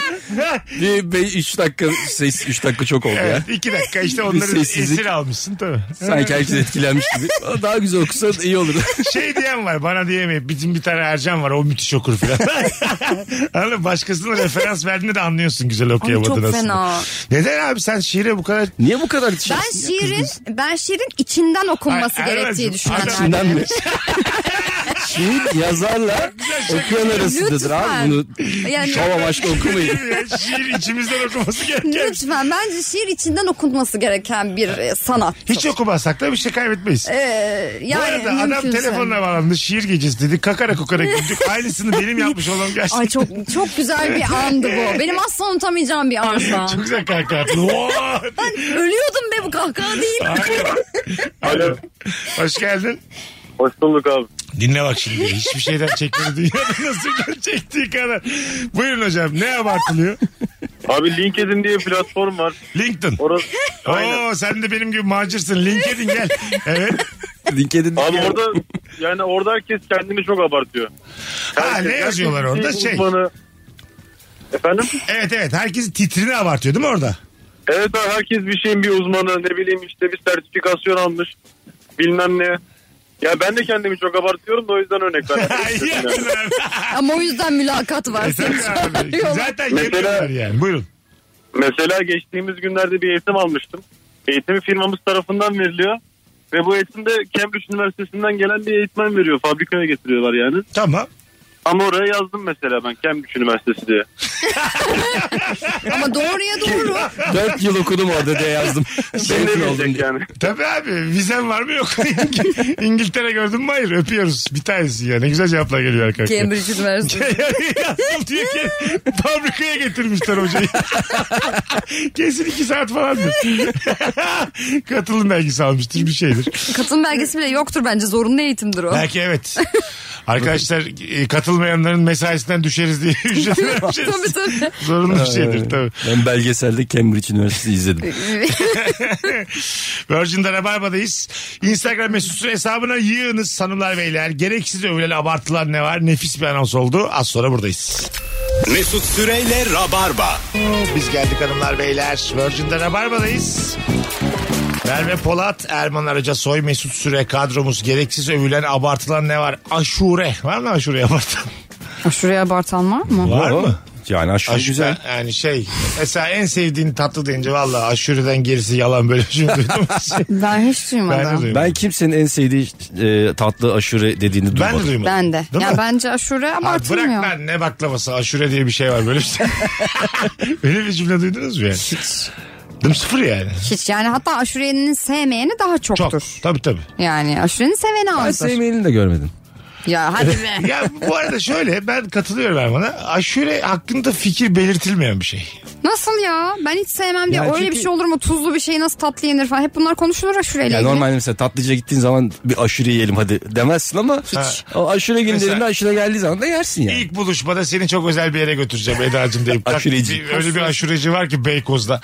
Speaker 4: bir, bir üç dakika ses üç dakika çok oldu ya.
Speaker 3: Evet, iki dakika işte onları
Speaker 4: sessizlik.
Speaker 3: esir almışsın tabii. <laughs>
Speaker 4: Sanki herkes etkilenmiş gibi. Daha güzel okusa iyi olur. <laughs>
Speaker 3: Şey diyen var bana diyemeyip bizim bir tane Ercan var o müthiş okur falan. <laughs> Anladın mı? Başkasına referans verdiğinde de anlıyorsun güzel okuyamadığını
Speaker 5: çok
Speaker 3: aslında.
Speaker 5: fena.
Speaker 3: Neden abi sen şiire bu kadar...
Speaker 4: Niye bu kadar şey-
Speaker 5: Ben
Speaker 4: şaşırsın ya
Speaker 5: şiirin
Speaker 4: kızınız?
Speaker 5: ben şiirin içinden okunması
Speaker 3: Ay,
Speaker 5: gerektiği
Speaker 3: Erman'cığım,
Speaker 5: düşünenlerden.
Speaker 4: İçinden mi?
Speaker 5: şey-
Speaker 4: Şiir yazarla şey okuyan arasındadır abi bunu.
Speaker 5: Yani-
Speaker 4: Şova başka
Speaker 5: <laughs>
Speaker 4: okumayın.
Speaker 3: <laughs> Ya Şiir içimizden okuması gereken.
Speaker 5: Lütfen bence şiir içinden okunması gereken bir e, sanat.
Speaker 3: Hiç okumasak da bir şey kaybetmeyiz.
Speaker 5: Ee,
Speaker 3: Bu
Speaker 5: yani
Speaker 3: arada adam
Speaker 5: mümkünse.
Speaker 3: telefonla bağlandı. Şiir gecesi dedi. Kakara kukara
Speaker 5: <laughs>
Speaker 3: güldük. Aynısını benim yapmış olan gerçekten.
Speaker 5: Ay çok çok güzel bir andı
Speaker 3: <laughs>
Speaker 5: bu. Benim asla unutamayacağım bir an şu
Speaker 3: Çok
Speaker 5: an.
Speaker 3: güzel kahkaha attı. Oo!
Speaker 5: Ölüyordum be bu kahkaha değil.
Speaker 3: Alo. Hoş geldin.
Speaker 7: Hoş bulduk abi.
Speaker 3: Dinle bak şimdi. Hiçbir şeyden çekmedi dünyada <laughs> nasıl çektiği kadar. Buyurun hocam ne abartılıyor?
Speaker 7: Abi LinkedIn diye platform var.
Speaker 3: LinkedIn.
Speaker 7: Orası... Aynen.
Speaker 3: Oo sen de benim gibi macırsın. LinkedIn gel. Evet.
Speaker 4: LinkedIn'de
Speaker 7: Abi orada yani orada herkes kendini çok abartıyor.
Speaker 3: Ha ne
Speaker 7: Herkes-
Speaker 3: yazıyorlar
Speaker 7: herkes
Speaker 3: orada?
Speaker 7: bir
Speaker 3: Şey.
Speaker 7: Uzmanı... Efendim?
Speaker 3: Evet evet. Herkesin titrini abartıyor değil mi
Speaker 7: <laughs>
Speaker 3: orada?
Speaker 7: Evet abi herkes bir şeyin bir uzmanı ne bileyim işte bir sertifikasyon almış bilmem ne. Ya ben de kendimi çok abartıyorum da o yüzden
Speaker 3: <laughs>
Speaker 7: örnek
Speaker 3: Ay,
Speaker 7: verdim.
Speaker 3: yaptın abi.
Speaker 5: Ama o yüzden mülakat var.
Speaker 3: E, tabii
Speaker 5: Seni
Speaker 3: abi.
Speaker 5: çağırıyorlar.
Speaker 3: Zaten
Speaker 7: Mesela-
Speaker 3: geliyorlar yani. Buyurun.
Speaker 7: Mesela geçtiğimiz günlerde bir eğitim almıştım. Eğitimi firmamız tarafından veriliyor. Ve bu eğitim de Cambridge Üniversitesi'nden gelen bir eğitmen veriyor. Fabrikaya getiriyorlar yani.
Speaker 3: Tamam.
Speaker 7: Ama oraya yazdım mesela ben Cambridge Üniversitesi diye.
Speaker 5: Ama doğruya doğru.
Speaker 3: <laughs>
Speaker 4: 4 yıl okudum orada diye yazdım. Mezun
Speaker 7: Dinlemeyecek
Speaker 4: oldum diye.
Speaker 7: yani.
Speaker 3: Tabii abi vizen var mı yok. <laughs> İngil- İngiltere gördün mü? Hayır öpüyoruz. Bir tanesi ya. Ne güzel cevaplar geliyor arkadaşlar.
Speaker 5: Cambridge
Speaker 3: <laughs>
Speaker 5: Üniversitesi.
Speaker 3: Yazdım diye ki fabrikaya getirmişler hocayı. <laughs> Kesin iki saat falandır. <laughs> Katılım belgesi almıştır bir şeydir.
Speaker 5: Katılım belgesi bile yoktur bence. Zorunlu eğitimdir o.
Speaker 3: Belki evet. Arkadaşlar e, katılmayanların mesaisinden düşeriz diye <laughs> ücret vermişiz.
Speaker 5: <laughs> tabii tabii.
Speaker 3: Zorunlu bir şeydir tabii.
Speaker 4: Ben belgeselde Cambridge Üniversitesi izledim.
Speaker 3: Virgin'de Rabarba'dayız. Instagram mesut süre hesabına yığınız hanımlar beyler. Gereksiz övülen abartılan ne var? Nefis bir anons oldu. Az sonra buradayız.
Speaker 2: Mesut Süreyle Rabarba.
Speaker 3: Biz geldik hanımlar beyler. Virgin'de Rabarba'dayız. Merve Polat, Erman Araca, Soy Mesut Süre kadromuz. Gereksiz övülen, abartılan ne var? Aşure. Var mı aşure abartılan?
Speaker 4: <laughs>
Speaker 5: Şuraya abartan var mı?
Speaker 3: Var mı?
Speaker 4: Yani aşırı
Speaker 3: Aşure,
Speaker 4: güzel.
Speaker 3: Yani şey. Mesela en sevdiğin tatlı deyince valla aşureden gerisi yalan böyle bir şey duydum.
Speaker 4: <laughs>
Speaker 5: Ben hiç duymadım.
Speaker 3: ben de duymadım.
Speaker 4: Ben kimsenin en sevdiği e, tatlı aşure dediğini
Speaker 3: Ben de
Speaker 4: duymadım.
Speaker 3: duymadım.
Speaker 5: Ben de.
Speaker 3: Değil
Speaker 5: ya
Speaker 3: mi?
Speaker 5: bence aşure
Speaker 3: Abi bırak
Speaker 5: abartılmıyor.
Speaker 3: lan ne baklavası aşure diye bir şey var böyle bir
Speaker 5: <laughs>
Speaker 3: şey. Öyle bir cümle duydunuz mu yani?
Speaker 5: Hiç.
Speaker 3: Değil mi? Sıfır yani.
Speaker 5: Hiç yani hatta aşurenin sevmeyeni daha
Speaker 3: Çok.
Speaker 5: çoktur.
Speaker 3: Tabii tabii.
Speaker 5: Yani aşurenin seveni
Speaker 4: Ben
Speaker 5: azdır.
Speaker 4: sevmeyeni de görmedim.
Speaker 5: Ya
Speaker 3: <laughs>
Speaker 5: hadi be.
Speaker 3: Ya bu arada şöyle ben katılıyorum Erman'a. Aşure hakkında fikir belirtilmeyen bir şey.
Speaker 5: Nasıl ya? Ben hiç sevmem diye.
Speaker 4: Ya
Speaker 5: Öyle
Speaker 4: çünkü-
Speaker 5: bir şey olur mu? Tuzlu bir şey nasıl tatlı yenir falan. Hep bunlar konuşulur aşureyle
Speaker 4: Ya
Speaker 5: ilgili.
Speaker 4: normalde mesela tatlıcıya gittiğin zaman bir aşure yiyelim hadi demezsin ama o aşure günlerinde
Speaker 3: Mesela-
Speaker 4: aşure geldiği zaman da yersin yani.
Speaker 3: İlk buluşmada seni çok özel bir yere götüreceğim Eda'cığım deyip. tak-
Speaker 4: Aşureci.
Speaker 3: bir- Öyle bir aşureci var ki Beykoz'da.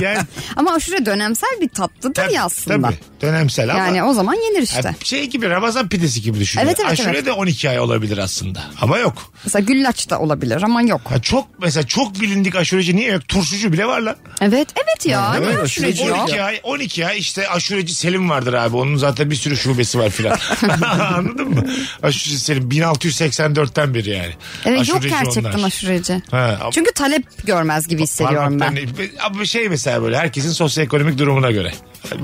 Speaker 3: yani
Speaker 5: Ama aşure dönemsel bir tatlıdır
Speaker 3: tabii,
Speaker 5: ya aslında.
Speaker 3: tabii, dönemsel ama.
Speaker 5: Yani o zaman yenir işte.
Speaker 3: Yani şey gibi Ramazan pidesi gibi düşün.
Speaker 5: Evet, evet,
Speaker 3: aşure
Speaker 5: evet.
Speaker 3: de 12 ay olabilir aslında. Ama yok.
Speaker 5: Mesela güllaç da olabilir ama yok.
Speaker 3: Ha çok mesela çok bilindik aşureci niye yok? Turşucu bile var lan.
Speaker 5: Evet evet ya.
Speaker 4: değil
Speaker 5: Ne
Speaker 4: mi?
Speaker 5: aşureci ya?
Speaker 3: 12 ay 12 ay işte aşureci Selim vardır abi. Onun zaten bir sürü şubesi var
Speaker 5: <laughs>
Speaker 3: filan. Anladın mı? Aşureci Selim 1684'ten beri yani.
Speaker 5: Evet yok
Speaker 3: Aşureci
Speaker 5: gerçekten
Speaker 3: onlar.
Speaker 5: aşureci.
Speaker 3: Ha, ama-
Speaker 5: Çünkü talep görmez gibi hissediyorum ben.
Speaker 3: Parmaklarını- Ama şey mesela böyle herkesin sosyoekonomik durumuna göre.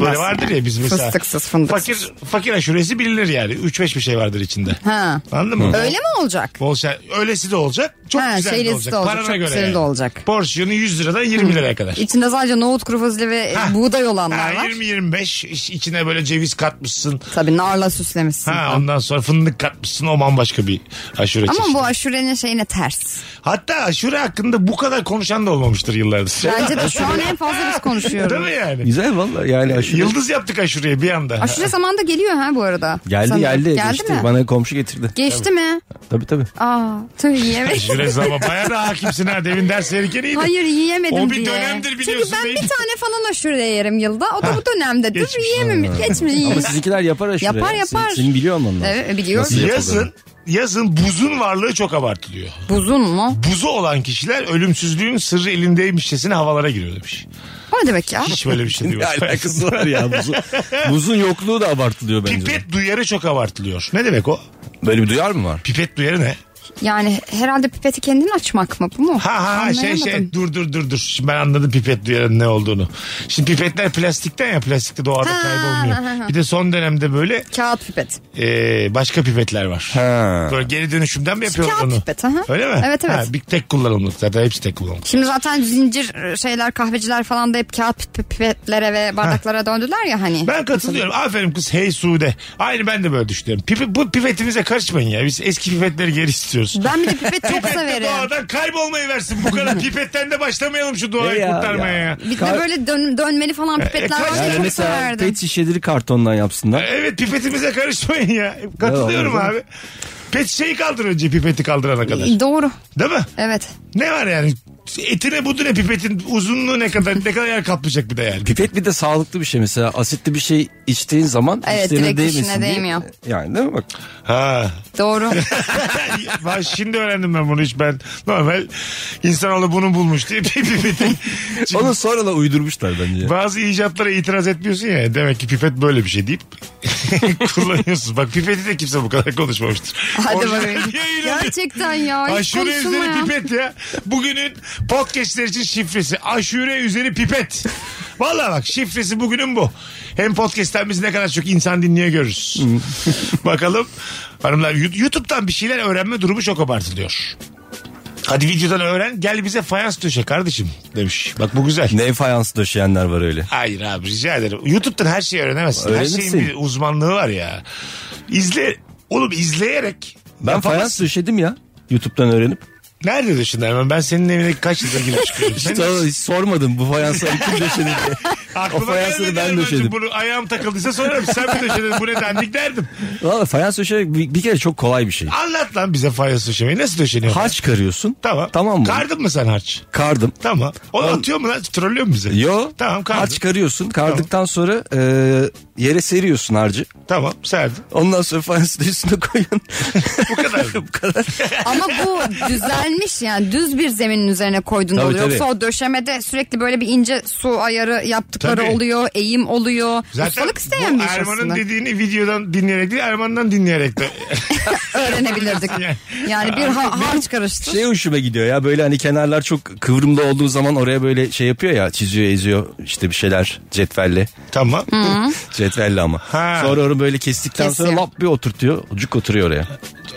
Speaker 3: Böyle vardır ya biz mesela.
Speaker 5: Fıstıksız, fındıksız.
Speaker 3: Fakir, fakir aşuresi bilinir yani. 3-5 bir şey vardır içinde.
Speaker 5: Ha.
Speaker 3: Anladın mı?
Speaker 5: Öyle mi olacak?
Speaker 3: Bol şer- öylesi de olacak. Çok
Speaker 5: Ha,
Speaker 3: güzel de
Speaker 5: şeylesi
Speaker 3: olacak.
Speaker 5: de olacak,
Speaker 3: Parana
Speaker 5: çok
Speaker 3: göre
Speaker 5: güzel de
Speaker 3: yani.
Speaker 5: olacak.
Speaker 3: Porsiyonu 100 liradan 20 liraya kadar.
Speaker 5: İçinde sadece nohut, kuru fasulye ve
Speaker 3: Ha.
Speaker 5: <laughs> buğday olanlar
Speaker 3: Ha,
Speaker 5: var.
Speaker 3: 20-25 iç- içine böyle ceviz katmışsın.
Speaker 5: Tabii narla süslemişsin.
Speaker 3: Ha,
Speaker 5: falan.
Speaker 3: ondan sonra fındık katmışsın o bambaşka bir aşure
Speaker 5: Ama
Speaker 3: çeşidi.
Speaker 5: bu aşurenin şeyine ters.
Speaker 3: Hatta aşure hakkında bu kadar konuşan da olmamıştır yıllardır. <laughs>
Speaker 5: Bence de şu an en fazla biz
Speaker 3: Değil
Speaker 5: konuşuyoruz.
Speaker 3: mi yani?
Speaker 4: Güzel valla yani aşure.
Speaker 3: E, Yıldız yaptık aşureye bir anda.
Speaker 4: <laughs>
Speaker 5: Aşure zamanda geliyor ha bu arada.
Speaker 4: Geldi
Speaker 5: Sanırım.
Speaker 4: geldi.
Speaker 5: Geldi
Speaker 4: geçti.
Speaker 5: mi?
Speaker 4: Bana komşu getirdi.
Speaker 5: Geçti mi?
Speaker 4: Tabii tabii.
Speaker 5: Aa,
Speaker 3: <laughs>
Speaker 5: tüh
Speaker 3: <laughs>
Speaker 5: yiyemedim.
Speaker 3: Aşure zaman bayağı da hakimsin ha. Demin ders verirken iyiydi.
Speaker 5: Hayır yiyemedim
Speaker 3: O bir
Speaker 5: diye.
Speaker 3: dönemdir biliyorsun
Speaker 5: Çünkü ben
Speaker 3: değil mi?
Speaker 5: bir tane falan aşure yerim yılda. O da bu dönemdedir.
Speaker 3: geçmiş.
Speaker 5: Yiyemem.
Speaker 4: Ama
Speaker 5: Geçmiyor.
Speaker 4: sizinkiler yapar aşure.
Speaker 5: Yapar,
Speaker 4: Sen-
Speaker 5: yapar.
Speaker 4: Senin biliyor musun onlar?
Speaker 5: Evet biliyorum.
Speaker 4: Nasıl yapılır?
Speaker 3: Yazın, yazın buzun varlığı çok abartılıyor.
Speaker 5: Buzun mu?
Speaker 3: Buzu olan kişiler ölümsüzlüğün sırrı elindeymişçesine havalara giriyor demiş.
Speaker 5: O ne demek ya?
Speaker 3: Hiç böyle bir şey
Speaker 4: Ne
Speaker 3: değil.
Speaker 4: alakası var ya buzun, buzun yokluğu da abartılıyor bence.
Speaker 3: Pipet duyarı çok abartılıyor. Ne demek o?
Speaker 4: Böyle bir duyar mı var?
Speaker 3: Pipet duyarı ne?
Speaker 5: Yani herhalde pipeti kendin açmak mı bu mu?
Speaker 3: Ha ha ha şey
Speaker 5: Anlayamadım.
Speaker 3: şey dur dur dur dur. Şimdi ben anladım pipet duyarının ne olduğunu. Şimdi pipetler plastikten ya plastikte doğada
Speaker 5: Ha, ha,
Speaker 3: kaybolmuyor.
Speaker 5: ha.
Speaker 3: Bir de son dönemde böyle
Speaker 5: Kağıt pipet.
Speaker 3: e, başka pipetler var.
Speaker 4: Ha.
Speaker 3: Böyle geri dönüşümden mi yapıyorlar
Speaker 5: Kağıt
Speaker 3: onu?
Speaker 5: pipet, hı hı.
Speaker 3: Öyle mi?
Speaker 5: Evet, evet.
Speaker 3: Ha, bir tek kullanımlık zaten hepsi tek kullanımlık.
Speaker 5: Şimdi zaten zincir şeyler kahveciler falan da hep kağıt pip- pipetlere ve bardaklara döndüler ya hani.
Speaker 3: Ben katılıyorum. Aferin kız hey Sude. Aynı ben de böyle düşünüyorum. Pipi, bu pipetimize karışmayın ya. Biz eski pipetleri geri istiyoruz.
Speaker 5: Ben bir de pipet çok
Speaker 3: Pipet de
Speaker 5: severim.
Speaker 3: doğadan kaybolmayı versin.
Speaker 5: <laughs>
Speaker 3: Bu kadar pipetten de başlamayalım şu
Speaker 4: E
Speaker 3: doğayı
Speaker 4: ya,
Speaker 3: kurtarmaya
Speaker 4: ya.
Speaker 3: ya.
Speaker 5: Bir de böyle dön- dönmeli falan pipetler
Speaker 3: E, kaç-
Speaker 5: var ya
Speaker 4: Yani
Speaker 5: çok
Speaker 4: mesela
Speaker 5: severdim.
Speaker 4: pet şişeleri kartondan yapsınlar.
Speaker 3: Evet pipetimize karışmayın ya. Katılıyorum
Speaker 4: Evet,
Speaker 3: abi. Pet şeyi kaldır önce pipeti kaldırana kadar.
Speaker 5: Doğru.
Speaker 3: Değil mi?
Speaker 5: Evet.
Speaker 3: Ne var yani? Etine budu ne pipetin uzunluğu ne kadar ne kadar yer kaplayacak bir de yani.
Speaker 4: Pipet bir de sağlıklı bir şey mesela. Asitli bir şey içtiğin zaman
Speaker 5: Evet,
Speaker 4: dişlerine
Speaker 5: direkt
Speaker 4: değmesin
Speaker 5: dişine
Speaker 4: diye.
Speaker 5: değmiyor.
Speaker 4: Yani değil mi bak?
Speaker 3: Ha. <laughs>
Speaker 5: Doğru.
Speaker 3: ben şimdi öğrendim ben bunu hiç ben normal insanoğlu bunu bulmuş diye <laughs> pipeti. Çünkü
Speaker 4: Onu sonra da uydurmuşlar bence.
Speaker 3: bazı icatlara itiraz etmiyorsun ya demek ki pipet böyle bir şey deyip <laughs> kullanıyorsun. Bak pipeti de kimse bu kadar konuşmamıştır.
Speaker 5: Hadi
Speaker 3: Orijinal
Speaker 5: bakayım.
Speaker 3: yayınlanıyor.
Speaker 5: Gerçekten ya. Hiç
Speaker 3: Aşure üzeri
Speaker 5: konuşulmayan.
Speaker 3: pipet ya. Bugünün podcastler için şifresi. Aşure üzeri pipet. Valla bak şifresi bugünün bu. Hem podcast'ten biz ne kadar çok insan dinliyor görürüz. Bakalım. Hanımlar Yu- YouTube'dan bir şeyler öğrenme durumu çok abartılıyor. Hadi videodan öğren gel bize fayans döşe kardeşim demiş. Bak bu güzel.
Speaker 4: Ne fayans döşeyenler var öyle.
Speaker 3: Hayır abi rica ederim. YouTube'dan her şeyi öğrenemezsin.
Speaker 4: Öğrenirsin.
Speaker 3: Her şeyin bir uzmanlığı var ya. İzle, oğlum izleyerek.
Speaker 4: Ben fayans
Speaker 3: yapamazsın.
Speaker 4: döşedim ya. YouTube'dan öğrenip.
Speaker 3: Nerede döşündü hemen? Ben senin evine kaç yılda girip
Speaker 4: <laughs>
Speaker 3: çıkıyorum. Senin-
Speaker 4: Hiç, hiç sormadım bu fayansları
Speaker 3: <laughs>
Speaker 4: kim döşedi diye.
Speaker 3: Aklıma
Speaker 4: O fayansları
Speaker 3: gelmedi
Speaker 4: ben
Speaker 3: hemen.
Speaker 4: döşedim.
Speaker 3: Bunu ayağım takıldıysa sorarım. Sen mi döşedin bu ne dendik derdim.
Speaker 4: Valla fayans döşemek bir, bir kere çok kolay bir şey.
Speaker 3: Anlat lan bize fayans döşemeyi. Nasıl döşeniyor?
Speaker 4: Harç karıyorsun.
Speaker 3: Tamam.
Speaker 4: Tamam mı?
Speaker 3: Kardın mı sen harç?
Speaker 4: Kardım.
Speaker 3: Tamam. Onu atıyor mu lan? Trollüyor mu bizi?
Speaker 4: Yo.
Speaker 3: Tamam kardın.
Speaker 4: Harç karıyorsun. Kardıktan sonra e, yere seriyorsun harcı.
Speaker 3: Tamam serdin.
Speaker 4: Ondan sonra fayansın üstüne koyun.
Speaker 3: Bu kadar. <laughs>
Speaker 4: <laughs> Bu kadar.
Speaker 5: <laughs> Ama bu düzelmiş yani düz bir zeminin üzerine koyduğunda
Speaker 4: Tabii,
Speaker 5: oluyor. Yoksa
Speaker 4: tabii.
Speaker 5: o döşemede sürekli böyle bir ince su ayarı yaptıkları
Speaker 3: Tabii.
Speaker 5: oluyor, eğim oluyor.
Speaker 3: Zaten
Speaker 5: Ustalık isteyen
Speaker 3: bu
Speaker 5: bir iş
Speaker 3: Erman'ın
Speaker 5: aslında.
Speaker 3: dediğini videodan dinleyerek değil Erman'dan dinleyerek de. <laughs>
Speaker 5: Öğrenebilirdik.
Speaker 3: Yani-
Speaker 5: Yani bir ha- harç karıştı.
Speaker 4: Şey hoşuma gidiyor ya böyle hani kenarlar çok kıvrımda olduğu zaman oraya böyle şey yapıyor ya çiziyor eziyor işte bir şeyler cetvelle.
Speaker 3: tamam.
Speaker 4: Cetvelle ama.
Speaker 3: Ha.
Speaker 4: Sonra onu böyle kestikten sonra
Speaker 5: Kesiyor.
Speaker 4: lap bir oturtuyor. Cuk oturuyor oraya.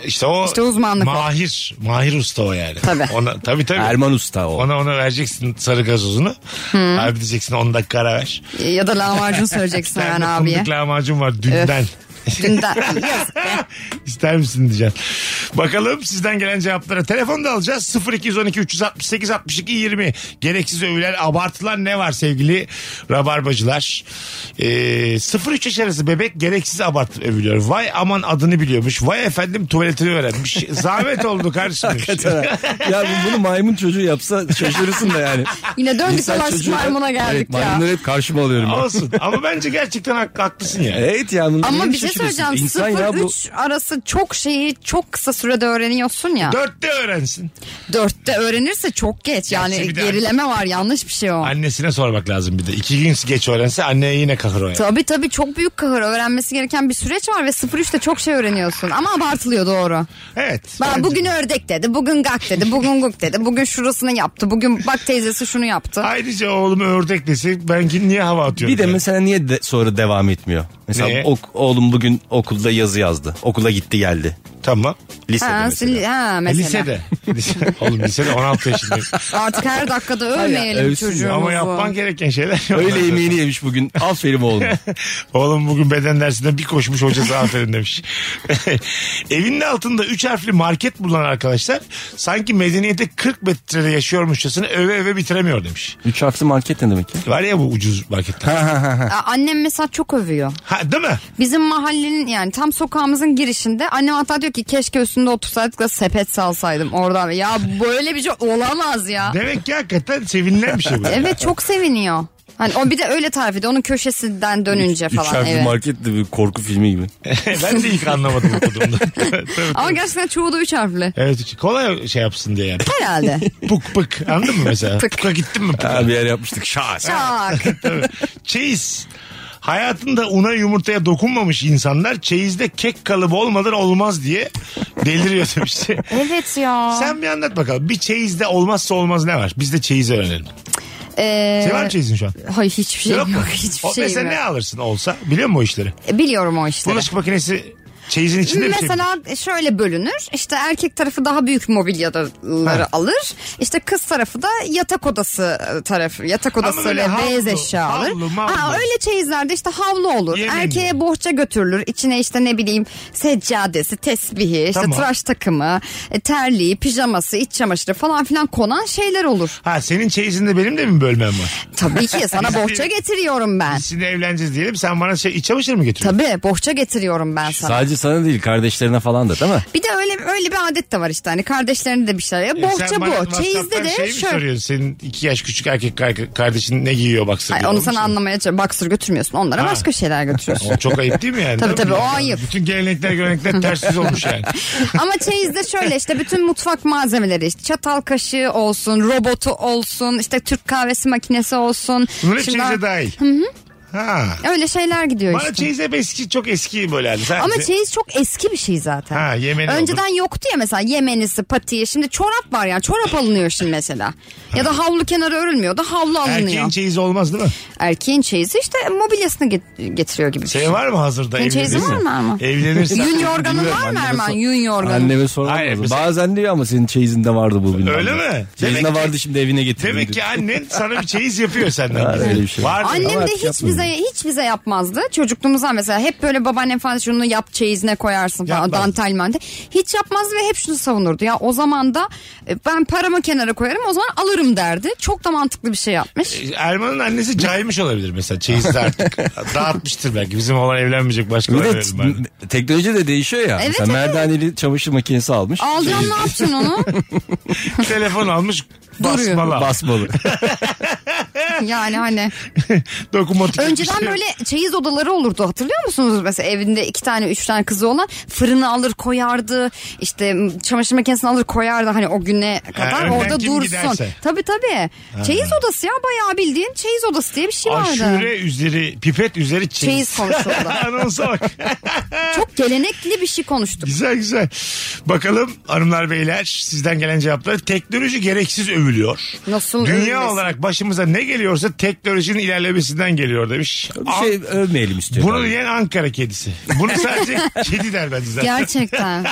Speaker 3: İşte o
Speaker 5: İşte uzmanlık o.
Speaker 3: mahir. Mahir usta o yani.
Speaker 5: Tabii.
Speaker 3: Ona, tabii tabii.
Speaker 4: Erman Usta <laughs> o.
Speaker 3: Ona ona vereceksin sarı gazozunu. Abi diyeceksin 10 dakika ara ver.
Speaker 5: Ya da lahmacun söyleyeceksin
Speaker 3: <laughs> Ben
Speaker 5: ben
Speaker 3: de
Speaker 5: abiye.
Speaker 3: fındık lahmacun var dünden.
Speaker 5: Dünden. Yazık.
Speaker 3: <laughs> İster misin diyeceksin. Bakalım sizden gelen cevaplara. Telefon da alacağız. 0212 368 62 20. Gereksiz övüler, abartılar ne var sevgili rabarbacılar? Ee, 03 yaş arası bebek gereksiz abart övülüyor. Vay aman adını biliyormuş. Vay efendim tuvaletini öğrenmiş. Zahmet oldu kardeşim. demiş. <laughs>
Speaker 4: ya bu- bunu maymun çocuğu yapsa şaşırırsın
Speaker 5: <laughs>
Speaker 4: da yani.
Speaker 5: Yine döndük
Speaker 4: İnsan
Speaker 5: dolaştık
Speaker 4: çocuğu-
Speaker 5: maymuna geldik
Speaker 4: evet,
Speaker 5: ya.
Speaker 4: Maymunları hep karşıma alıyorum. ben.
Speaker 3: Olsun. Ama bence gerçekten hak- haklısın ya.
Speaker 4: Evet ya. bunun
Speaker 5: Ama
Speaker 4: yeni
Speaker 5: bir şey söyleyeceğim.
Speaker 4: İnsan ya bu.
Speaker 5: 0-3 arası çok şeyi çok kısa sürede öğreniyorsun ya.
Speaker 3: Dörtte öğrensin.
Speaker 5: 4'te öğrenirse çok geç. Yani
Speaker 3: Gerçi bir de-
Speaker 5: gerileme var yanlış bir şey o.
Speaker 3: Annesine sormak lazım bir de. İki gün geç öğrense anneye yine kahır o yani.
Speaker 5: Tabii tabii çok büyük kahır. Öğrenmesi gereken bir süreç var ve 0-3'te çok şey öğreniyorsun. Ama abartılıyor doğru.
Speaker 3: Evet.
Speaker 5: Ben
Speaker 3: bence-
Speaker 5: bugün ördek dedi, bugün gak dedi, bugün guk dedi, bugün şurasını yaptı, bugün bak teyzesi şunu yaptı.
Speaker 3: Ayrıca oğlum ördek desek ben ki niye hava atıyorum?
Speaker 4: Bir de
Speaker 3: yani?
Speaker 4: mesela niye de sonra devam etmiyor? Mesela
Speaker 3: Neye?
Speaker 4: ok- oğlum bugün okulda yazı yazdı. Okula gitti geldi.
Speaker 3: Tamam.
Speaker 4: Lisede
Speaker 5: ha,
Speaker 4: mesela.
Speaker 5: sil- ha,
Speaker 3: E,
Speaker 5: mesela.
Speaker 3: Lisede. Lise- oğlum lisede 16 yaşındayım.
Speaker 5: Artık her dakikada övmeyelim
Speaker 4: övsün ya.
Speaker 5: çocuğumuzu.
Speaker 3: Ama yapman gereken şeyler. yok.
Speaker 4: Öyle yemeğini yemiş bugün.
Speaker 3: <laughs>
Speaker 4: Aferin oğlum.
Speaker 3: Oğlum bugün beden dersinden bir koşmuş hocası aferin demiş. <laughs> Evinin altında 3 harfli market bulan arkadaşlar sanki medeniyete 40 metrede yaşıyormuşçasına öve öve bitiremiyor demiş.
Speaker 4: Üç harfli market ne demek ya?
Speaker 3: Var ya bu ucuz marketler.
Speaker 5: Aa, Annem mesela çok övüyor.
Speaker 3: ha, değil mi?
Speaker 5: Bizim mahallenin yani tam sokağımızın girişinde annem hatta diyor ki keşke üstünde otursaydık da sepet salsaydım oradan. Ya böyle bir şey olamaz ya.
Speaker 3: Demek ki hakikaten sevinilen bir şey
Speaker 5: <laughs>
Speaker 3: bu.
Speaker 5: Evet çok seviniyor. Hani o bir de öyle tarif ediyor. Onun köşesinden dönünce
Speaker 4: Üç
Speaker 5: falan.
Speaker 4: harfli
Speaker 5: Evet.
Speaker 4: market de bir korku filmi gibi.
Speaker 3: <laughs> ben de ilk anlamadım okuduğumda. Tabii, tabii.
Speaker 5: Ama gerçekten çoğu da üç harfli.
Speaker 3: <laughs> Evet kolay şey yapsın diye yani.
Speaker 4: <laughs>
Speaker 5: Herhalde.
Speaker 3: Pık pık anladın mı mesela?
Speaker 5: Pık.
Speaker 3: Pık'a gittin mi? Pık'a?
Speaker 4: Ha, bir yer yapmıştık. Şahs.
Speaker 5: Çak.
Speaker 3: Tabii. Çeyiz. Hayatında una yumurtaya dokunmamış insanlar çeyizde kek kalıbı olmadan olmaz diye deliriyor demiş.
Speaker 5: <laughs> Evet ya.
Speaker 3: Sen bir anlat bakalım. Bir çeyizde olmazsa olmaz ne var? Biz de çeyiz öğrenelim.
Speaker 5: Ee,
Speaker 3: Sever mi çeyizin şu an?
Speaker 5: Hayır hiçbir şey yok.
Speaker 3: mu?
Speaker 5: Hiçbir
Speaker 3: O
Speaker 5: şey
Speaker 3: mesela
Speaker 5: yok.
Speaker 3: ne alırsın olsa? Biliyor musun o işleri?
Speaker 5: E, Biliyorum o işleri.
Speaker 3: Bulaşık makinesi çeyizin içinde bir şey. mi?
Speaker 5: Mesela şöyle bölünür. İşte erkek tarafı daha büyük mobilyaları
Speaker 3: Ha.
Speaker 5: alır. İşte kız tarafı da yatak odası tarafı. Yatak
Speaker 3: Ama
Speaker 5: odası
Speaker 3: böyle
Speaker 5: ve beyaz
Speaker 3: havlu,
Speaker 5: eşya alır.
Speaker 3: havlu, mavlu.
Speaker 5: Ha, öyle çeyizlerde işte havlu olur.
Speaker 3: Yemin
Speaker 5: Erkeğe
Speaker 3: mi?
Speaker 5: bohça götürülür. İçine işte ne bileyim seccadesi, tesbihi, işte
Speaker 3: Tamam.
Speaker 5: tıraş takımı, e, terliği, pijaması, iç çamaşırı falan filan konan şeyler olur.
Speaker 3: Ha senin çeyizinde benim de mi bölmem var?
Speaker 5: Tabii
Speaker 3: <laughs>
Speaker 5: ki sana bohça getiriyorum ben.
Speaker 3: Biz Şimdi evleneceğiz diyelim sen bana şey, iç çamaşırı mı getiriyorsun?
Speaker 5: Tabii bohça getiriyorum ben sana.
Speaker 4: Sadece sana değil kardeşlerine falan da değil mi?
Speaker 5: Bir de öyle öyle bir adet de var işte hani kardeşlerinde de bir şeyler. Ya
Speaker 3: E,
Speaker 5: bohça
Speaker 3: sen bana
Speaker 5: bu.
Speaker 3: WhatsApp'tan
Speaker 5: Çeyizde de
Speaker 3: şey mi
Speaker 5: şöyle.
Speaker 3: soruyorsun? Senin iki yaş küçük erkek kar- kardeşin ne giyiyor baksın.
Speaker 5: Ay,
Speaker 3: diye.
Speaker 5: onu
Speaker 3: Olmuş
Speaker 5: sana
Speaker 3: mu?
Speaker 5: anlamaya çalış. Baksır götürmüyorsun. Onlara
Speaker 3: Ha.
Speaker 5: başka şeyler götürüyorsun.
Speaker 3: <laughs> O çok ayıp değil mi yani?
Speaker 5: Tabii,
Speaker 3: Değil mi?
Speaker 5: tabii, o ayıp.
Speaker 3: Bütün gelenekler görenekler ters yüz olmuş
Speaker 5: <laughs>
Speaker 3: yani.
Speaker 5: <laughs> Ama çeyizde şöyle işte bütün mutfak malzemeleri işte çatal kaşığı olsun, robotu olsun, işte Türk kahvesi makinesi olsun.
Speaker 3: Bunlar hep
Speaker 5: Şimdi
Speaker 3: çeyize dahil. Hı hı. Ha.
Speaker 5: öyle şeyler gidiyor
Speaker 3: Bana
Speaker 5: işte.
Speaker 3: çeyiz hep eski, çok eski böyle hani. Sadece.
Speaker 5: Ama çeyiz çok eski bir şey zaten.
Speaker 3: Ha, Yemeni
Speaker 5: Önceden yoktu ya mesela yemenisi, patiği. Şimdi çorap var yani. Çorap alınıyor şimdi mesela. Ya da havlu kenarı örülmüyor da havlu alınıyor.
Speaker 3: Erkeğin çeyizi olmaz değil mi?
Speaker 5: Erkeğin çeyizi işte mobilyasını get- getiriyor gibi bir şey.
Speaker 3: Senin var mı hazırda
Speaker 5: Senin çeyizin var mı Erman?
Speaker 3: Evlenirsen.
Speaker 5: Yün yorganın var mı Erman? Yün yorganı.
Speaker 4: Anneme sorar
Speaker 3: Hayır,
Speaker 4: lazım.
Speaker 3: mesela-
Speaker 4: Bazen diyor ama senin çeyizinde vardı bu bilmem.
Speaker 3: Öyle
Speaker 4: ne.
Speaker 3: mi?
Speaker 4: Çeyizinde
Speaker 3: Demek ki-
Speaker 4: vardı şimdi evine getirdim.
Speaker 3: Demek ki
Speaker 4: diyor.
Speaker 3: annen sana bir çeyiz yapıyor senden.
Speaker 4: Ha,
Speaker 3: gizli.
Speaker 4: öyle bir şey.
Speaker 3: Var mı?
Speaker 5: Annem
Speaker 4: Ama
Speaker 5: de hiç
Speaker 4: yapmıyor.
Speaker 5: bize hiç bize yapmazdı. Çocukluğumuzdan mesela hep böyle babaannem falan şunu yap çeyizine koyarsın falan
Speaker 3: Yapmazdı.
Speaker 5: dantel mantel. Hiç yapmazdı ve hep şunu savunurdu. Ya o zaman da e, ben paramı kenara koyarım o zaman alırım derdi. Çok da mantıklı bir şey
Speaker 3: E,
Speaker 5: yapmış.
Speaker 3: Erman'ın annesi caymış olabilir mesela çeyizde
Speaker 4: <laughs>
Speaker 3: artık. Dağıtmıştır belki. Bizim olan evlenmeyecek başka
Speaker 4: Bir de
Speaker 3: evlenmem ben.
Speaker 4: t- teknoloji de değişiyor ya.
Speaker 5: Evet,
Speaker 4: Mesela
Speaker 5: evet.
Speaker 4: merdaneli çamaşır makinesi almış.
Speaker 5: Alacaksın ne yapacaksın onu?
Speaker 3: Telefon almış
Speaker 5: Duruyor.
Speaker 3: basmalı. <laughs>
Speaker 4: Basmalı.
Speaker 5: Yani hani.
Speaker 3: Dokunmatik. şey.
Speaker 5: Önceden
Speaker 3: yapmıştır.
Speaker 5: böyle çeyiz odaları olurdu hatırlıyor musunuz? Mesela evinde iki tane üç tane kızı olan fırını alır koyardı. işte çamaşır makinesini alır koyardı hani o güne kadar
Speaker 3: önden
Speaker 5: orada
Speaker 3: kim
Speaker 5: dursun.
Speaker 3: giderse.
Speaker 5: Tabii tabii. Çeyiz odası ya bayağı bildiğin çeyiz odası diye bir şey vardı.
Speaker 3: Aşure üzeri, pipet üzeri çeyiz.
Speaker 5: Çeyiz konuşuldu.
Speaker 3: <laughs> Anonsa bak.
Speaker 5: Çok gelenekli bir şey konuştuk.
Speaker 3: Güzel güzel. Bakalım hanımlar beyler sizden gelen cevaplar. Teknoloji gereksiz övülüyor.
Speaker 5: Nasıl
Speaker 3: Dünya
Speaker 5: övülmesin?
Speaker 3: olarak başımıza ne geliyorsa teknolojinin ilerlemesinden geliyor demiş.
Speaker 4: bir
Speaker 3: An-
Speaker 4: şey övmeyelim istiyorum.
Speaker 3: Bunu diyen Ankara kedisi. Bunu
Speaker 5: <laughs>
Speaker 3: sadece kedi der bence zaten. <laughs>
Speaker 5: Gerçekten.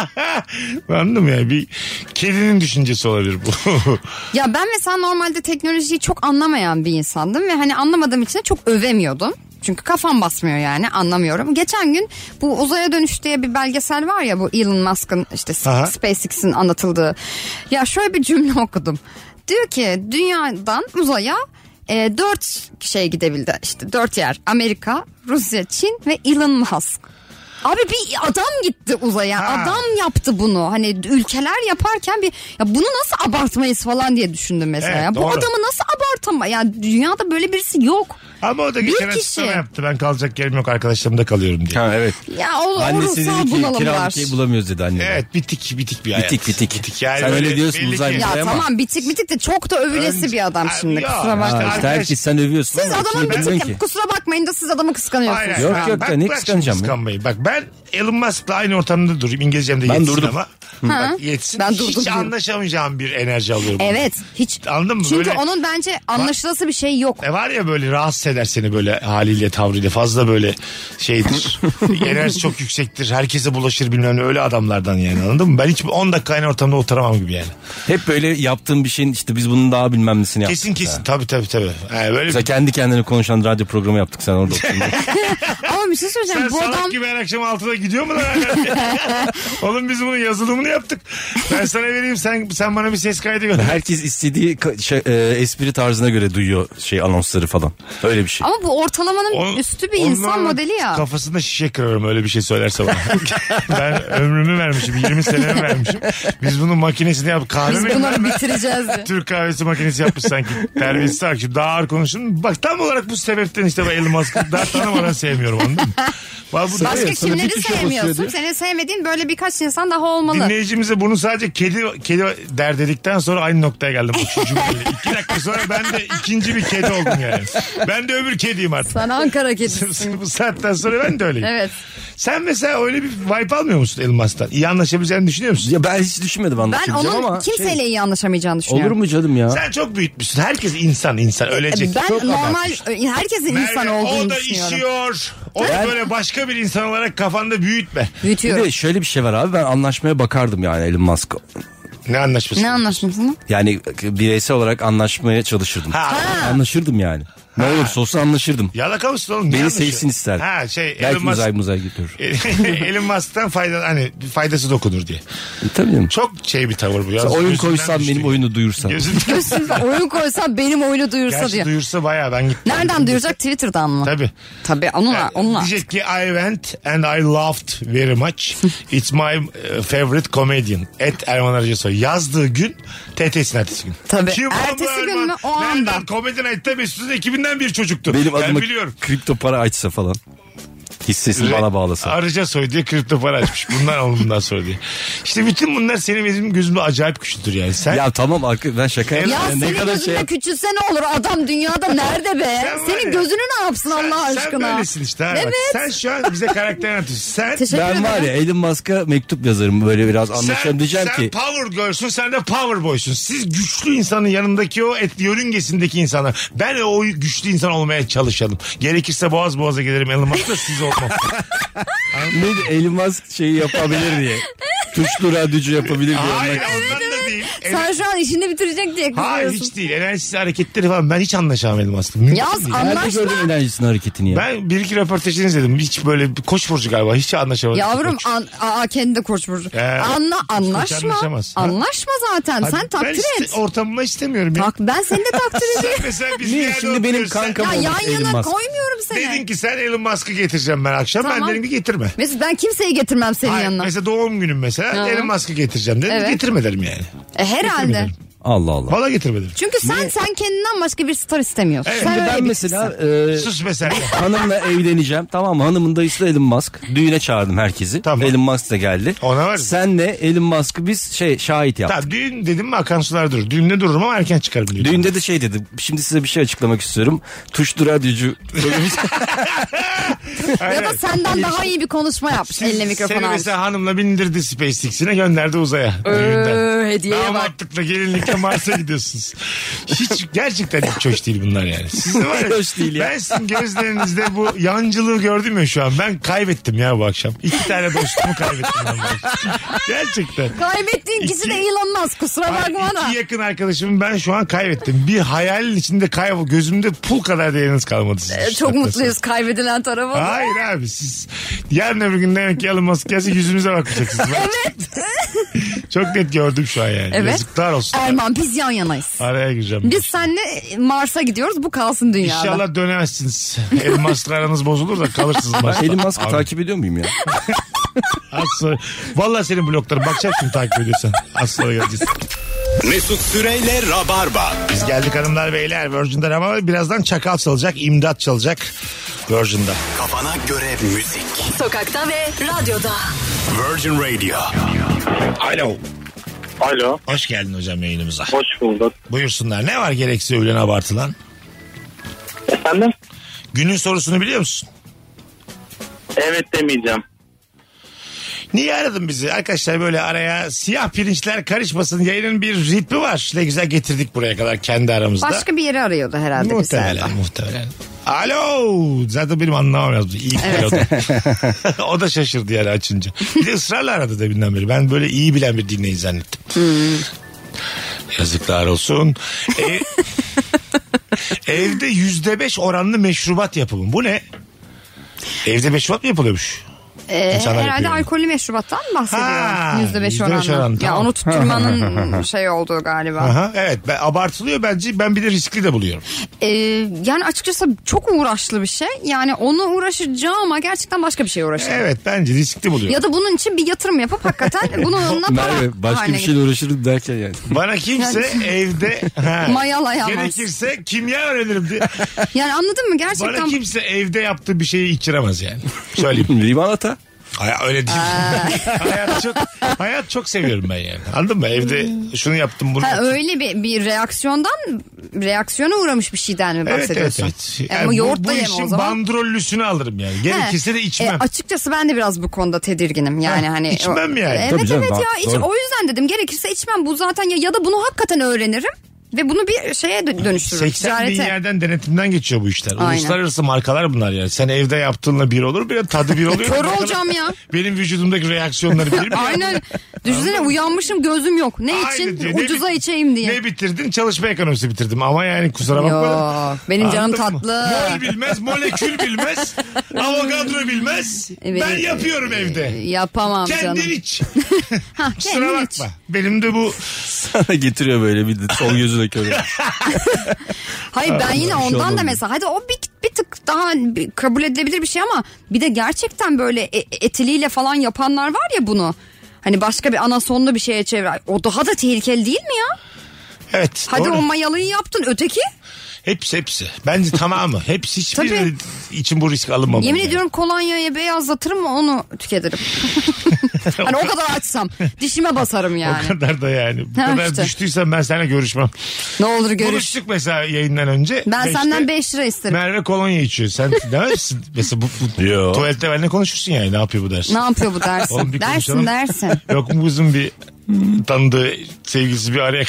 Speaker 3: Anladım ya bir kedinin düşüncesi olabilir bu. <laughs>
Speaker 5: Ya ben mesela normalde teknolojiyi çok anlamayan bir insandım ve hani anlamadığım için de çok övemiyordum. Çünkü kafam basmıyor yani anlamıyorum. Geçen gün bu uzaya dönüş diye bir belgesel var ya bu Elon Musk'ın işte
Speaker 3: Aha.
Speaker 5: SpaceX'in anlatıldığı. Ya şöyle bir cümle <laughs> okudum. Diyor ki dünyadan uzaya e, dört şey gidebildi işte dört yer Amerika, Rusya, Çin ve Elon Musk. Abi bir adam gitti uzaya.
Speaker 3: Ha.
Speaker 5: Adam yaptı bunu. Hani ülkeler yaparken bir ya bunu nasıl abartmayız falan diye düşündüm mesela.
Speaker 3: Evet,
Speaker 5: ya. Bu
Speaker 3: doğru.
Speaker 5: adamı nasıl abartama? Yani dünyada böyle birisi yok.
Speaker 3: Ama o da geçen
Speaker 5: kişi.
Speaker 3: açıklama yaptı. Ben kalacak yerim yok arkadaşlarımda kalıyorum diye.
Speaker 4: Ha evet.
Speaker 5: Ya o, o
Speaker 4: Annesi
Speaker 5: ruhsal
Speaker 4: dedi ki
Speaker 5: bunalım var.
Speaker 3: şey
Speaker 4: kiralık ev bulamıyoruz dedi anne.
Speaker 3: Evet bitik bitik bir hayat.
Speaker 4: Bitik, bitik.
Speaker 3: yani
Speaker 4: Sen öyle
Speaker 3: böyle
Speaker 4: diyorsun,
Speaker 3: belli
Speaker 4: uzay
Speaker 3: ki-
Speaker 5: Ya
Speaker 4: Ay, ama-
Speaker 5: tamam bitik bitik de çok da övülesi
Speaker 3: Önce-
Speaker 5: bir adam
Speaker 3: Ay,
Speaker 5: şimdi
Speaker 3: ya.
Speaker 5: kusura
Speaker 4: Ha,
Speaker 5: bakma.
Speaker 3: Ay,
Speaker 4: işte herkes sen övüyorsun
Speaker 5: Siz
Speaker 4: ama
Speaker 5: adamın
Speaker 4: içini bilmiyorsun
Speaker 5: bitik
Speaker 4: ki.
Speaker 5: kusura bakmayın da siz adamı kıskanıyorsunuz.
Speaker 3: Hayır,
Speaker 5: şu
Speaker 4: Yok,
Speaker 5: an.
Speaker 4: yok.
Speaker 3: Bak,
Speaker 4: da ne
Speaker 3: bak
Speaker 4: kıskanacağım
Speaker 3: şimdi
Speaker 4: ya?
Speaker 3: kıskanmayı. Bak ben Elon Musk'la aynı ortamda durayım. İngilizcem de yetsin
Speaker 4: durdum.
Speaker 3: ama. Bak yetsin.
Speaker 5: Ben durdum
Speaker 3: Hiç
Speaker 5: diyorum.
Speaker 3: anlaşamayacağım bir enerji alıyorum.
Speaker 5: Evet hiç.
Speaker 3: Anladın mı?
Speaker 5: Çünkü
Speaker 3: Böyle-
Speaker 5: onun bence anlaşılası bir şey yok.
Speaker 3: E var ya böyle rahatsız eder seni böyle haliyle tavrıyla fazla böyle
Speaker 5: <laughs>
Speaker 3: şeydir. Enerji çok yüksektir. Herkese bulaşır bilmem ne öyle adamlardan yani anladın mı? Ben hiç 10 dakika aynı ortamda oturamam gibi yani.
Speaker 4: Hep böyle yaptığın bir şeyin işte biz bunun daha bilmem nesini yaptık.
Speaker 3: Kesin kesin tabii tabii tabii. Yani böyle
Speaker 4: Mesela kendi kendine konuşan radyo programı yaptık
Speaker 3: <laughs>
Speaker 4: sen orada oturdun.
Speaker 5: Ama bir şey
Speaker 3: Sen
Speaker 5: söyleyeceğim. bu
Speaker 3: salak
Speaker 5: adam
Speaker 3: gibi her akşam altıda gidiyor mu lan? <laughs> hala? Oğlum biz bunun yazılımını yaptık. Ben sana vereyim sen sen bana bir ses kaydı
Speaker 5: <laughs>
Speaker 3: gönder.
Speaker 4: Herkes istediği ka- şey, e, espri tarzına göre duyuyor şey anonsları falan. Öyle bir şey.
Speaker 5: ama bu ortalamanın
Speaker 3: Onun-
Speaker 5: üstü bir
Speaker 3: onun
Speaker 5: insan modeli ya.
Speaker 3: Kafasında şişe kırarım öyle bir şey söylerse bana. <laughs> ben ömrümü vermişim 20 senemi vermişim. Biz bunun makinesini yap kahve
Speaker 5: Biz
Speaker 3: mi?
Speaker 5: bunları
Speaker 4: <laughs>
Speaker 5: bitireceğiz diye.
Speaker 3: <laughs> Türk kahvesi makinesi yapmış sanki. Terbiyesiz akşam daha ağır konuşun. Bak tam olarak bu sebepten işte ben Elon Musk'ı daha tanımadan sevmiyorum onu. Bak bu
Speaker 5: Başka
Speaker 4: sana bir
Speaker 5: kimleri
Speaker 4: tuşa basıyor
Speaker 5: sevmiyorsun?
Speaker 4: diyor.
Speaker 5: Seni sevmediğin böyle birkaç insan daha olmalı.
Speaker 3: Dinleyicimize bunu sadece kedi kedi der dedikten sonra aynı noktaya geldim. Üçüncü
Speaker 5: <laughs>
Speaker 3: cümleyle. İki dakika sonra ben de ikinci bir kedi oldum yani. Ben de öbür kediyim artık. <laughs>
Speaker 5: Sen Ankara kedisi.
Speaker 3: Bu saatten sonra ben de öyleyim.
Speaker 5: evet.
Speaker 3: Sen mesela öyle bir vibe almıyor musun Elmas'tan? İyi anlaşabileceğini düşünüyor musun?
Speaker 4: Ya ben hiç düşünmedim
Speaker 5: Ben
Speaker 4: anlaşılacağım
Speaker 5: onun
Speaker 4: ama. şey,
Speaker 5: kimseyle iyi anlaşamayacağını
Speaker 4: olur
Speaker 5: düşünüyorum.
Speaker 4: mu canım ya?
Speaker 3: Sen çok büyütmüşsün. Herkes insan insan ölecek.
Speaker 5: Ben
Speaker 3: Çok
Speaker 5: normal herkesin
Speaker 3: Merve,
Speaker 5: insan olduğunu
Speaker 3: O da
Speaker 5: düşünüyorum.
Speaker 3: işiyor. Onu böyle başka bir insan olarak kafanda büyütme.
Speaker 4: Bir
Speaker 5: Büyütüyor.
Speaker 4: de şöyle bir şey var abi ben anlaşmaya bakardım yani Elon Musk.
Speaker 3: Ne anlaşması?
Speaker 5: Ne
Speaker 4: <laughs>
Speaker 5: anlaşmasını?
Speaker 4: Yani bireysel olarak anlaşmaya çalışırdım.
Speaker 3: Ha.
Speaker 4: Anlaşırdım yani. Ne olursa olsun anlaşırdım.
Speaker 3: Yalaka mısın oğlum? Ne
Speaker 4: Beni
Speaker 3: anlaşıyor?
Speaker 4: sevsin ister.
Speaker 3: Ha şey
Speaker 4: Belki
Speaker 3: Elon Musk-
Speaker 4: uzay muzay götürür.
Speaker 3: <laughs> Elon Musk'tan fayda, hani faydası dokunur diye.
Speaker 4: E, tabii canım.
Speaker 3: Çok şey bir tavır bu. Ya.
Speaker 4: Sen oyun
Speaker 3: Gözümden
Speaker 4: koysan
Speaker 3: düştü.
Speaker 4: benim oyunu duyursan.
Speaker 3: Gözümden
Speaker 5: Üstünüze oyun koysa benim oyunu <laughs> duyursa
Speaker 3: Gerçi
Speaker 5: diyor.
Speaker 3: duyursa bayağı ben gittim.
Speaker 5: Nereden duyuracak? Twitter'dan mı?
Speaker 3: Tabii. şey
Speaker 5: Tabii onunla onunla.
Speaker 3: Diyecek ki I went and I laughed very much. It's my uh, favorite comedian. Et Erman Arıca Soy. Yazdığı gün TT'sin ertesi gün.
Speaker 5: Tabii.
Speaker 3: Kim oldu
Speaker 5: Ertesi gün
Speaker 3: Erman?
Speaker 5: mü? O anda.
Speaker 3: Nereden? Comedian Et'te Mesut'un ekibinden bir çocuktu.
Speaker 4: Benim
Speaker 3: ben
Speaker 4: adıma
Speaker 3: biliyorum.
Speaker 4: kripto para açsa falan. Hissesini bana bağlasa.
Speaker 3: Arıca soy diye kripto para açmış. Bundan al bundan sonra diye. İşte bütün bunlar senin benim gözümde acayip güçlüdür yani. Sen
Speaker 4: Ya tamam arka- ben şaka
Speaker 5: Ya
Speaker 4: yapıyorum.
Speaker 5: senin gözünde küçülse ne olur? Adam dünyada nerede be?
Speaker 3: şey <laughs> Sen var
Speaker 5: senin
Speaker 3: ya.
Speaker 5: gözünü ne yapsın Allah
Speaker 3: sen,
Speaker 5: aşkına?
Speaker 3: Sen böylesin işte. ha. Bak,
Speaker 5: Evet.
Speaker 3: sen şu an bize karakter anlatıyorsun. Sen
Speaker 5: Teşekkür
Speaker 4: Ben
Speaker 5: ederim.
Speaker 4: var ya Elon Musk'a mektup yazarım böyle biraz anlaşalım
Speaker 3: sen,
Speaker 4: diyeceğim
Speaker 3: sen
Speaker 4: ki.
Speaker 3: power girl'sün sen de power boy'sun. Siz güçlü insanın yanındaki o et yörüngesindeki insanlar. Ben o güçlü insan olmaya çalışalım. Gerekirse boğaz boğaza gelirim Elon Musk'la siz
Speaker 5: <laughs>
Speaker 3: olmam.
Speaker 4: Ne Elon Musk şeyi
Speaker 5: <laughs>
Speaker 4: yapabilir diye. Tuşlu radyocu yapabilir diye.
Speaker 3: Hayır
Speaker 4: Ondan-
Speaker 3: ondan da değil.
Speaker 5: Sen şu an işini bitirecek diye
Speaker 3: Hayır
Speaker 5: kızıyorsun.
Speaker 3: hiç değil. Enerjisiz hareketleri falan ben hiç anlaşamam Elon Musk'la. Mümkün
Speaker 5: Yaz
Speaker 3: değil.
Speaker 4: Nerede
Speaker 5: anlaşma.
Speaker 4: gördün enerjisini hareketini ya?
Speaker 3: Ben bir iki röportajını izledim. Hiç böyle bir koç burcu galiba. Hiç anlaşamadım.
Speaker 5: Yavrum
Speaker 3: Koç.
Speaker 5: an, aa, kendi de koç burcu.
Speaker 3: Ee,
Speaker 5: Anla, anlaşma.
Speaker 3: anlaşamaz. Ha?
Speaker 5: Anlaşma zaten.
Speaker 3: Abi
Speaker 5: sen takdir
Speaker 3: ben
Speaker 5: et.
Speaker 3: Işte ortamımı istemiyorum. Ya.
Speaker 5: Tak, ben seni de takdir
Speaker 3: Sen
Speaker 5: ediyorum.
Speaker 3: <laughs> mesela biz bir
Speaker 4: Niye
Speaker 3: yerde
Speaker 4: şimdi benim
Speaker 3: oturuyoruz. Sen-
Speaker 4: kankam
Speaker 5: ya
Speaker 4: olmuş
Speaker 5: yan
Speaker 4: Elon
Speaker 5: yana
Speaker 4: Musk?
Speaker 5: koymuyorum seni.
Speaker 3: Dedin ki sen Elon Musk'ı getireceğim ben akşam. Ben
Speaker 5: Tamam.
Speaker 3: dedim ki getirme.
Speaker 5: Mesut ben kimseyi getirmem senin
Speaker 3: Hayır,
Speaker 5: yanına.
Speaker 3: mesela doğum günüm mesela
Speaker 5: Hı.
Speaker 3: Elon Musk'ı getireceğim dedim.
Speaker 5: Evet.
Speaker 3: Getirme derim yani.
Speaker 5: E, herhalde.
Speaker 3: Getirmedim.
Speaker 4: Allah Allah.
Speaker 3: Valla getirme derim.
Speaker 5: Çünkü sen sen kendinden başka bir star istemiyorsun.
Speaker 3: Evet.
Speaker 5: Sen
Speaker 4: Şimdi
Speaker 5: öyle
Speaker 4: ben
Speaker 5: bir
Speaker 4: mesela
Speaker 5: tipsin.
Speaker 4: e,
Speaker 3: Sus mesela.
Speaker 5: <laughs>
Speaker 4: hanımla evleneceğim. Tamam mı? Hanımın dayısı da Elon Musk. Düğüne çağırdım herkesi.
Speaker 3: Tamam.
Speaker 4: Elon Musk da geldi.
Speaker 3: Ona var.
Speaker 4: Senle Elon Musk'ı biz şey şahit yaptık.
Speaker 3: tamam düğün dedim mi akan sular durur. Düğünde dururum ama erken çıkarım düğünden.
Speaker 4: Düğünde de şey dedi. Şimdi size bir şey açıklamak istiyorum.
Speaker 3: <laughs>
Speaker 4: Tuşlu radyocu. Böyle bir şey.
Speaker 3: Aynen.
Speaker 5: Ya da senden daha iyi bir konuşma yapmış.
Speaker 3: Siz-
Speaker 5: Eline mikrofon
Speaker 3: Seni
Speaker 5: almış.
Speaker 3: mesela hanımla bindirdi SpaceX'ine gönderdi uzaya. düğünden.
Speaker 5: Ee, hediyeye bak.
Speaker 3: Damatlıkla gelinlikle Mars'a gidiyorsunuz. Hiç gerçekten hiç hoş değil bunlar yani. Siz de var ya,
Speaker 4: Hoş değil ya.
Speaker 3: Ben sizin gözlerinizde bu yancılığı gördüm ya şu an. Ben kaybettim ya bu akşam. İki tane dostumu kaybettim ben bu akşam. Gerçekten.
Speaker 5: Kaybettiğin kişi de Elon Musk kusura bakma
Speaker 3: Ay,
Speaker 5: da.
Speaker 3: İki yakın arkadaşımı ben şu an kaybettim. Bir hayalin içinde kaybol. Gözümde pul kadar değeriniz kalmadı. sizin
Speaker 5: E,
Speaker 3: şu
Speaker 5: Çok
Speaker 3: saatten
Speaker 5: mutluyuz kaybedilen tarafa. da.
Speaker 3: Hayır
Speaker 5: <laughs>
Speaker 3: abi siz yarın öbür gün demek ki Elon Musk gelse yüzümüze bakmayacaksınız. evet. Çok net gördüm şu an yani.
Speaker 5: Evet.
Speaker 3: Yazıklar olsun.
Speaker 5: Erman biz yan yanayız.
Speaker 3: Araya gireceğim.
Speaker 5: Biz seninle Mars'a gidiyoruz bu kalsın dünyada.
Speaker 3: İnşallah dönemezsiniz. <laughs> Elmasla aranız bozulur da kalırsınız Mars'ta.
Speaker 4: Elon Musk'ı
Speaker 3: Abi,
Speaker 4: takip ediyor muyum ya?
Speaker 3: az sonra- Vallahi senin blokların bakacağım şimdi takip ediyorsan. Az sonra geleceğiz.
Speaker 2: Mesut Süreyle Rabarba.
Speaker 3: Biz geldik hanımlar beyler Virgin'den ama birazdan çakal çalacak, imdat çalacak Virgin'da.
Speaker 2: Kafana göre müzik.
Speaker 8: Sokakta ve radyoda.
Speaker 2: Virgin Radio.
Speaker 3: Alo.
Speaker 7: Alo.
Speaker 3: Hoş geldin hocam yayınımıza.
Speaker 7: Hoş bulduk.
Speaker 3: Buyursunlar. Ne var gereksiz övülen abartılan?
Speaker 7: Efendim?
Speaker 3: Günün sorusunu biliyor musun?
Speaker 7: Evet demeyeceğim.
Speaker 3: Niye aradın bizi? Arkadaşlar böyle araya siyah pirinçler karışmasın. Yayının bir ritmi var. Ne güzel getirdik buraya kadar kendi aramızda.
Speaker 5: Başka bir yeri arıyordu herhalde bir
Speaker 3: muhtemelen, muhtemelen. Alo. Zaten benim anlamam lazım. İyi evet. o, da. <laughs> o da şaşırdı yani açınca. Bir de ısrarla aradı deminden beri. Ben böyle iyi bilen bir dinleyici zannettim. Yazıklar olsun. Ev- evde yüzde beş oranlı meşrubat yapımı. Bu ne? Evde meşrubat mı yapılıyormuş?
Speaker 5: Ee,
Speaker 3: İnsanlar
Speaker 5: herhalde
Speaker 3: yapıyor bunu.
Speaker 5: alkollü meşrubattan
Speaker 3: Ha,
Speaker 5: bahsediyor. %5
Speaker 3: yüzde beş
Speaker 5: oranla.
Speaker 3: oran,
Speaker 5: Ya
Speaker 3: tamam. <laughs>
Speaker 5: onu tutturmanın şey olduğu galiba.
Speaker 3: Aha, evet ben, abartılıyor bence ben bir de riskli de buluyorum.
Speaker 5: Ee, yani açıkçası çok uğraşlı bir şey. Yani ona uğraşacağıma gerçekten başka bir şeye uğraşacağım.
Speaker 3: Evet bence riskli buluyorum.
Speaker 5: Ya da bunun için bir yatırım yapıp hakikaten
Speaker 4: <laughs>
Speaker 5: bununla para
Speaker 4: Merve başka
Speaker 5: haline
Speaker 4: bir şey şeyle uğraşırım derken yani. <laughs>
Speaker 3: Bana kimse evde ha,
Speaker 5: Mayalayamaz.
Speaker 3: gerekirse kimya öğrenirim diye.
Speaker 5: getir- Yani anladın mı gerçekten?
Speaker 3: Bana kimse evde yaptığı bir şeyi içiremez yani.
Speaker 5: <laughs>
Speaker 3: Söyleyeyim.
Speaker 4: Limonata. <laughs>
Speaker 3: Hay- öyle değil. <laughs> hayat, çok, hayat çok seviyorum ben yani. Anladın mı? Evde şunu yaptım bunu
Speaker 5: Hmm. Ha,
Speaker 3: yaptım.
Speaker 5: öyle bir, bir reaksiyondan reaksiyona uğramış bir şeyden mi
Speaker 3: Evet evet
Speaker 5: bahsediyorsun?
Speaker 3: evet.
Speaker 5: Yani
Speaker 3: Yani
Speaker 5: bu yoğurt
Speaker 3: bu,
Speaker 5: da
Speaker 3: bu
Speaker 5: yeme o
Speaker 3: işin
Speaker 5: zaman.
Speaker 3: bandrollüsünü alırım yani.
Speaker 5: He.
Speaker 3: Gerekirse de içmem.
Speaker 5: E, açıkçası ben de biraz bu konuda tedirginim yani
Speaker 3: Ha,
Speaker 5: hani.
Speaker 3: içmem yani.
Speaker 5: Evet
Speaker 4: Tabii canım,
Speaker 5: evet
Speaker 4: daha-
Speaker 5: ya iç-
Speaker 4: doğru.
Speaker 5: o yüzden dedim gerekirse içmem bu zaten ya, ya da bunu hakikaten öğrenirim ve bunu bir şeye dö-
Speaker 3: 80
Speaker 5: dönüştürürüm.
Speaker 3: bin
Speaker 5: ticarete.
Speaker 3: <laughs> yerden denetimden geçiyor bu işler.
Speaker 5: Aynen.
Speaker 3: Uluslararası markalar bunlar yani. Sen evde yaptığınla bir olur bir de tadı bir oluyor.
Speaker 5: <laughs> Kör
Speaker 3: Bakalım
Speaker 5: olacağım ya.
Speaker 3: <laughs> Benim vücudumdaki reaksiyonları bilir mi?
Speaker 5: Aynen. Düşünsene uyanmışım gözüm yok. Ne
Speaker 3: Aynı
Speaker 5: için?
Speaker 3: diyor. Ne
Speaker 5: Ucuza
Speaker 3: bit-
Speaker 5: içeyim diye.
Speaker 3: Ne bitirdin? Çalışma ekonomisi bitirdim. Ama yani kusura bakma. da.
Speaker 5: Yo, benim canım
Speaker 3: Anladın mı?
Speaker 5: tatlı.
Speaker 3: Mol bilmez, molekül
Speaker 5: <laughs>
Speaker 3: bilmez, avokadro bilmez.
Speaker 5: Evet.
Speaker 3: Ben yapıyorum evde.
Speaker 5: Yapamam
Speaker 3: Kendin
Speaker 5: canım. Ah,
Speaker 3: iç. Kusura
Speaker 5: <laughs> Kendin iç.
Speaker 3: bakma. Benim de bu
Speaker 4: Getiriyor böyle bir de sol
Speaker 3: <laughs>
Speaker 4: gözüne kör.
Speaker 5: Hayır ben yine
Speaker 4: şey
Speaker 5: ondan da
Speaker 4: olmadı.
Speaker 5: mesela hadi o bir, bir tık daha bir- kabul edilebilir bir şey ama bir de gerçekten böyle e- etiliyle falan yapanlar var ya bunu. Hani başka bir anasonlu bir şeye çevir. Ay, O daha da tehlikeli değil mi ya?
Speaker 3: evet
Speaker 5: Hadi
Speaker 3: doğru.
Speaker 5: o mayalıyı yaptın öteki.
Speaker 3: Hepsi hepsi. Bence tamamı. Hepsi hiçbiri
Speaker 5: Tabii.
Speaker 3: için bu risk alınmamalı.
Speaker 5: Yemin
Speaker 3: yani.
Speaker 5: ediyorum kolonyayı beyazlatırım onu
Speaker 3: <laughs>
Speaker 5: tüketirim. hani o kadar açsam dişime basarım yani.
Speaker 3: O kadar da yani. Bu
Speaker 5: Ha,
Speaker 3: kadar
Speaker 5: işte.
Speaker 3: düştüysen ben seninle görüşmem.
Speaker 5: Ne olur görüş.
Speaker 3: Konuştuk mesela yayından önce.
Speaker 5: Ben
Speaker 3: Beşte
Speaker 5: senden 5 lira isterim.
Speaker 3: Merve kolonya içiyor.
Speaker 5: <laughs>
Speaker 3: Sen demezsin. mesela bu, bu
Speaker 4: Yo.
Speaker 3: tuvalette benimle konuşursun yani. Ne yapıyor bu dersin?
Speaker 5: Ne yapıyor bu
Speaker 3: Oğlum bir
Speaker 5: dersin?
Speaker 3: konuşalım.
Speaker 5: Dersin dersin.
Speaker 3: Yok mu kızım bir tanıdığı sevgilisi bir araya.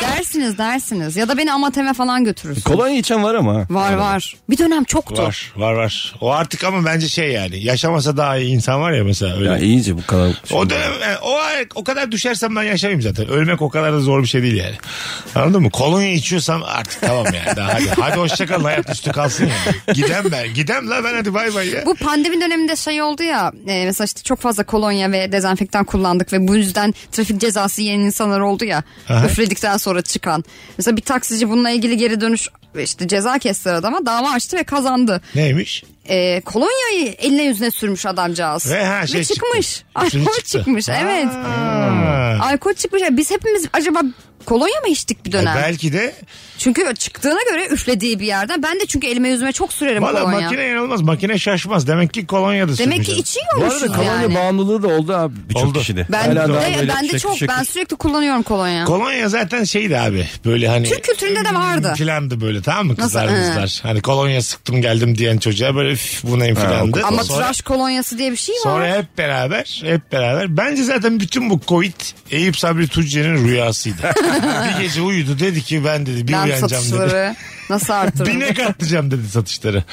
Speaker 5: Dersiniz dersiniz. Ya da beni amateme falan götürürsün.
Speaker 4: Kolonya içen var ama.
Speaker 5: Var var. Bir dönem çoktu.
Speaker 3: var var var. O artık ama bence şey yani. Yaşamasa daha iyi insan var ya mesela öyle.
Speaker 4: Ya iyice bu kadar.
Speaker 3: o dönem yani o, ay- o kadar düşersem ben yaşamayayım zaten. Ölmek o kadar da zor bir şey değil yani. Anladın mı? Kolonya içiyorsam artık tamam yani. Daha hadi, hadi hoşçakalın hayat üstü kalsın yani. Gidem ben. Gidem la ben hadi bay bay ya.
Speaker 5: Bu pandemi döneminde şey oldu ya e, mesela işte çok fazla kolonya ve dezenfektan kullandık ve bu yüzden trafik cezası yiyen insanlar oldu ya
Speaker 3: Aha.
Speaker 5: üfledikten sonra çıkan. Mesela bir taksici bununla ilgili geri dönüş işte ceza kesti adama dava açtı ve kazandı.
Speaker 3: Neymiş?
Speaker 5: E, kolonyayı eline yüzüne sürmüş adamcağız.
Speaker 3: Ve ha, şey
Speaker 5: çıkmış.
Speaker 3: çıktı. Üstüne
Speaker 5: Alkol
Speaker 3: çıktı. E,
Speaker 5: çıkmış evet.
Speaker 3: Ha.
Speaker 5: Alkol çıkmış. Biz hepimiz acaba kolonya mı içtik bir
Speaker 3: E
Speaker 5: dönem?
Speaker 3: Belki de
Speaker 5: Çünkü çıktığına göre üflediği bir yerden. Ben de çünkü elime yüzüme çok sürerim
Speaker 3: valla
Speaker 5: kolonya.
Speaker 3: makine yanılmaz. Makine şaşmaz. Demek ki kolonya da
Speaker 5: Demek
Speaker 3: sürmüş
Speaker 5: ki
Speaker 3: adam.
Speaker 4: Bu arada
Speaker 5: içiyormuşuz
Speaker 4: kolonya
Speaker 5: yani.
Speaker 4: bağımlılığı da oldu abi birçok
Speaker 3: Oldu.
Speaker 4: kişide.
Speaker 5: Ben,
Speaker 4: Hala
Speaker 5: de,
Speaker 4: daha
Speaker 5: ben
Speaker 4: böyle
Speaker 5: de
Speaker 4: şekil
Speaker 5: çok
Speaker 4: şekil.
Speaker 5: ben sürekli kullanıyorum kolonya.
Speaker 3: Kolonya zaten şeydi abi böyle hani.
Speaker 5: Türk kültüründe de vardı.
Speaker 3: Filandı böyle tamam mı kızlar
Speaker 5: Nasıl? Hı.
Speaker 3: kızlar. Hani kolonya sıktım geldim diyen çocuğa böyle üf, bu neyim filandı.
Speaker 5: Ama
Speaker 3: sonra,
Speaker 5: tıraş kolonyası diye bir şey var.
Speaker 3: sonra hep beraber hep beraber. Bence zaten bütün bu covid
Speaker 5: <laughs>
Speaker 3: Eyüp Sabri Tunceli'nin rüyasıydı. bir gece uyudu dedi ki ben dedi bir
Speaker 5: ben
Speaker 3: uyanacağım dedi. <laughs>
Speaker 5: satışları. Nasıl artırılır?
Speaker 3: Bine katlayacağım dedi satışları.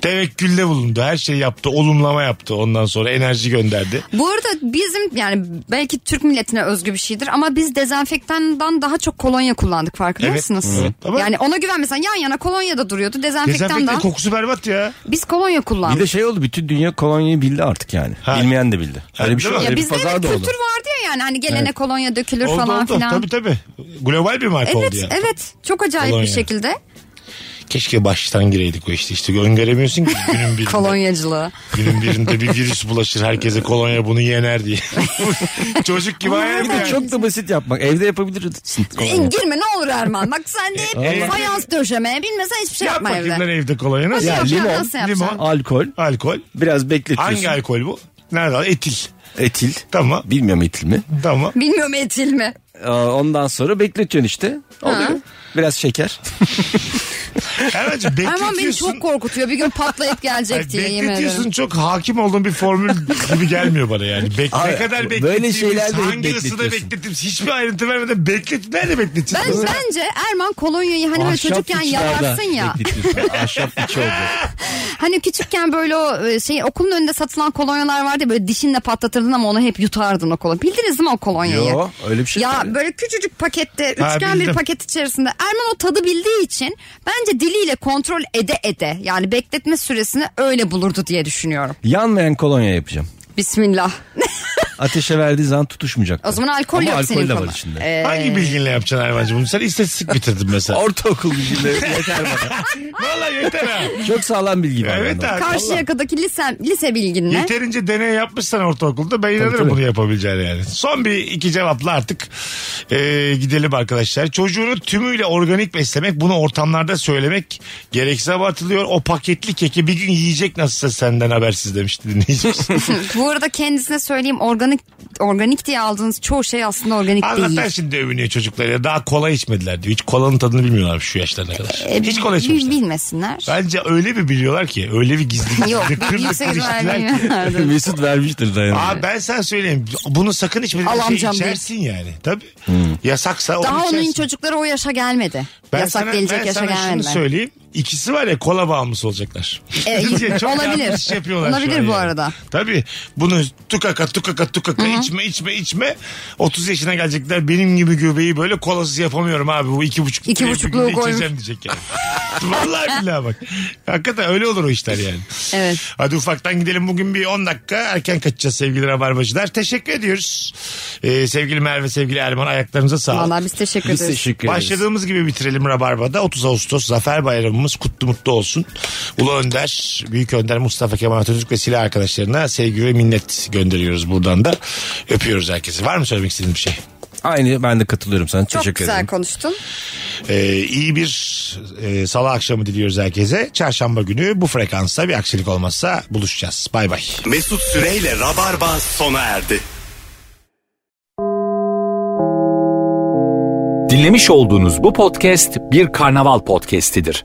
Speaker 3: Tevekkülde bulundu. Her şey yaptı. Olumlama yaptı. Ondan sonra enerji gönderdi.
Speaker 5: Bu arada bizim yani belki Türk milletine özgü bir şeydir ama biz dezenfektandan daha çok kolonya kullandık farkında
Speaker 3: Evet,
Speaker 5: mısınız?
Speaker 3: evet. Ama-
Speaker 5: Yani ona güvenmesen yan yana kolonya da duruyordu dezenfektandan.
Speaker 3: Dezenfektan kokusu berbat ya.
Speaker 5: biz kolonya
Speaker 4: Bir
Speaker 5: kullandık.
Speaker 4: de şey oldu bütün dünya kolonyayı bildi artık yani.
Speaker 3: Ha.
Speaker 4: Bilmeyen de bildi. Öyle bir şey
Speaker 3: değil mi?
Speaker 4: oldu.
Speaker 5: ya
Speaker 4: Öyle bir
Speaker 5: bizde evet
Speaker 4: pazar da
Speaker 5: kültür
Speaker 4: oldu.
Speaker 5: vardı ya yani hani gelene kolonya dökülür
Speaker 3: Oldu
Speaker 5: falan
Speaker 3: oldu.
Speaker 5: filan.
Speaker 3: Tabii tabii. Global bir marka
Speaker 5: Evet
Speaker 3: oldu yani.
Speaker 5: evet çok acayip
Speaker 3: Kolonya.
Speaker 5: bir şekilde
Speaker 3: Keşke baştan gireydik o işte. İşte öngöremiyorsun
Speaker 5: <laughs>
Speaker 3: ki günün birinde.
Speaker 5: kolonyacılığı.
Speaker 3: Günün birinde bir virüs bulaşır herkese kolonya bunu yener diye. <laughs> Çocuk gibi hayal
Speaker 4: Bir de
Speaker 3: yani.
Speaker 4: çok da basit yapmak. Evde yapabilirsin.
Speaker 5: E, Girme ne olur Erman bak sen
Speaker 3: <laughs>
Speaker 5: de hep fayans döşemeye bilmesen hiçbir şey
Speaker 3: Yap
Speaker 5: yapma
Speaker 3: bakayım lan
Speaker 5: evde.
Speaker 3: evde kolonya nasıl?
Speaker 5: Nasıl
Speaker 4: Ya,
Speaker 5: yapacaksın,
Speaker 4: limon,
Speaker 5: nasıl yapacaksın?
Speaker 3: limon.
Speaker 4: Alkol.
Speaker 3: Alkol.
Speaker 4: Biraz bekletiyorsun.
Speaker 3: Hangi alkol bu? Nerede? al- Etil.
Speaker 4: Etil.
Speaker 3: Tamam.
Speaker 4: Bilmiyorum etil mi?
Speaker 3: Tamam.
Speaker 5: Bilmiyorum etil mi?
Speaker 4: Ee, Ondan sonra bekletiyorsun işte. Oluyor. Biraz şeker.
Speaker 3: Erman'cığım bekletiyorsun.
Speaker 5: Erman beni çok korkutuyor bir
Speaker 3: <laughs>
Speaker 5: gün patlayıp
Speaker 3: Ay,
Speaker 5: gelecek diye yemin ederim.
Speaker 3: bekletiyorsun çok hakim olduğun bir formül gibi gelmiyor bana yani. Bek,
Speaker 4: Abi,
Speaker 3: ne kadar
Speaker 4: böyle
Speaker 3: beklettiğimiz,
Speaker 4: şeyler de hep
Speaker 3: hangi ısıda
Speaker 4: bekletiyorsun.
Speaker 3: beklettiğimiz, hiçbir ayrıntı vermeden beklet, nerede bekleteceğiz?
Speaker 5: Ben bence Erman kolonyayı hani böyle
Speaker 4: Ahşap
Speaker 5: çocukken
Speaker 4: içlerde
Speaker 5: yaparsın ya. <laughs>
Speaker 4: bekletiyorsun. Ahşap içi olacak.
Speaker 5: Hani küçükken böyle o e, şey okulun önünde satılan kolonyalar vardı ya böyle dişinle patlatırdın ama onu hep yutardın o kolonya. Bildiniz mi o kolonyayı?
Speaker 4: Yo öyle bir şey
Speaker 5: Ya
Speaker 4: yok.
Speaker 5: böyle küçücük pakette
Speaker 3: Ha,
Speaker 5: üçgen
Speaker 3: bildim.
Speaker 5: bir paket içerisinde Erman o tadı bildiği için bence diliyle kontrol ede ede yani bekletme süresini öyle bulurdu diye düşünüyorum.
Speaker 4: Yanmayan kolonya yapacağım.
Speaker 5: Bismillah.
Speaker 4: Ateşe verdiği zaman tutuşmayacak.
Speaker 5: O zaman alkol
Speaker 4: Ama
Speaker 5: yok
Speaker 4: alkol
Speaker 5: senin Ee,
Speaker 4: de var
Speaker 5: kafana.
Speaker 4: içinde.
Speaker 3: Hangi bilginle yapacaksın Erman'cığım bunu? Sen istatistik bitirdin mesela.
Speaker 4: <laughs> Ortaokul bilgileri yeter bana.
Speaker 3: <laughs> Vallahi yeter ha.
Speaker 4: Çok sağlam bilgi var.
Speaker 3: Evet
Speaker 4: bende.
Speaker 3: abi.
Speaker 5: Karşı yakadaki lise, lise bilginle.
Speaker 3: Yeterince deney yapmışsan ortaokulda ben inanırım
Speaker 4: tabii.
Speaker 3: bunu yapabileceğine yani. Son bir iki cevapla artık e, gidelim arkadaşlar. Çocuğunu tümüyle organik beslemek bunu ortamlarda söylemek gerekse abartılıyor. O paketli keki bir gün yiyecek nasılsa senden habersiz demişti
Speaker 5: <laughs>
Speaker 3: dinleyicimiz.
Speaker 5: Bu arada kendisine söyleyeyim organik organik diye aldığınız çoğu şey aslında organik değil.
Speaker 3: Anlatan şimdi övünüyor çocuklara daha kola içmediler diyor. Hiç kolanın tadını bilmiyorlar şu yaşlarına kadar.
Speaker 5: E,
Speaker 3: Hiç kola
Speaker 5: bil-
Speaker 3: içmemişler.
Speaker 5: Bilmesinler.
Speaker 3: Bence öyle bir biliyorlar ki öyle bir gizli gizli
Speaker 5: Yok
Speaker 3: kırdık kırdık
Speaker 5: yüksek
Speaker 3: içtiler ki.
Speaker 5: ihtimalle
Speaker 4: <laughs> Mesut vermiştir dayanıyor.
Speaker 3: Abi ben sana söyleyeyim. Bunu sakın içmediğin
Speaker 5: Al
Speaker 3: şey
Speaker 5: amcam diye.
Speaker 3: içersin yani. Tabii. Yasaksa onu
Speaker 5: Daha onun
Speaker 3: içersin.
Speaker 5: çocukları o yaşa gelmedi. Yasak gelecek
Speaker 3: ben
Speaker 5: yaşa
Speaker 3: sana şunu
Speaker 5: gelmediler.
Speaker 3: söyleyeyim. İkisi var ya kola bağımlısı olacaklar. <laughs>
Speaker 5: E,
Speaker 3: Çok
Speaker 5: olabilir.
Speaker 3: yanlış iş yapıyorlar şu
Speaker 5: Olabilir
Speaker 3: an
Speaker 5: bu
Speaker 3: yani.
Speaker 5: arada.
Speaker 3: Tabii. Bunu tukaka tukaka tukaka içme içme içme. 30 yaşına gelecekler benim gibi göbeği böyle kolasız yapamıyorum abi. Bu iki buçuk
Speaker 5: İki
Speaker 3: litreyi bir
Speaker 5: buçukluğu
Speaker 3: günde
Speaker 5: koymuş.
Speaker 3: içeceğim diyecek yani. <laughs> Vallahi billahi bak. Hakikaten öyle olur o işler yani.
Speaker 5: Evet.
Speaker 3: Hadi ufaktan gidelim bugün bir 10 dakika erken kaçacağız sevgili rabarbacılar. Teşekkür ediyoruz. Ee, sevgili Merve, sevgili Erman ayaklarınıza sağlık.
Speaker 5: Vallahi biz teşekkür
Speaker 4: Biz
Speaker 5: ederiz.
Speaker 4: teşekkür ederiz.
Speaker 3: Başladığımız gibi bitirelim Rabarba'da. 30 Ağustos Zafer Bayramımız kutlu mutlu olsun. Ulu Önder, Büyük Önder Mustafa Kemal Atatürk ve silah arkadaşlarına sevgi ve minnet gönderiyoruz buradan da. Öpüyoruz herkesi. Var mı söylemek istediğiniz bir şey?
Speaker 4: Aynı ben de katılıyorum sana.
Speaker 5: Çok
Speaker 4: Teşekkür
Speaker 5: güzel
Speaker 4: ederim.
Speaker 5: konuştun.
Speaker 3: Ee, iyi bir e, salı akşamı diliyoruz herkese. Çarşamba günü bu frekansta bir aksilik olmazsa buluşacağız. Bay bay.
Speaker 2: Mesut Süreyle Rabarba sona erdi.
Speaker 1: Dinlemiş olduğunuz bu podcast bir karnaval podcastidir.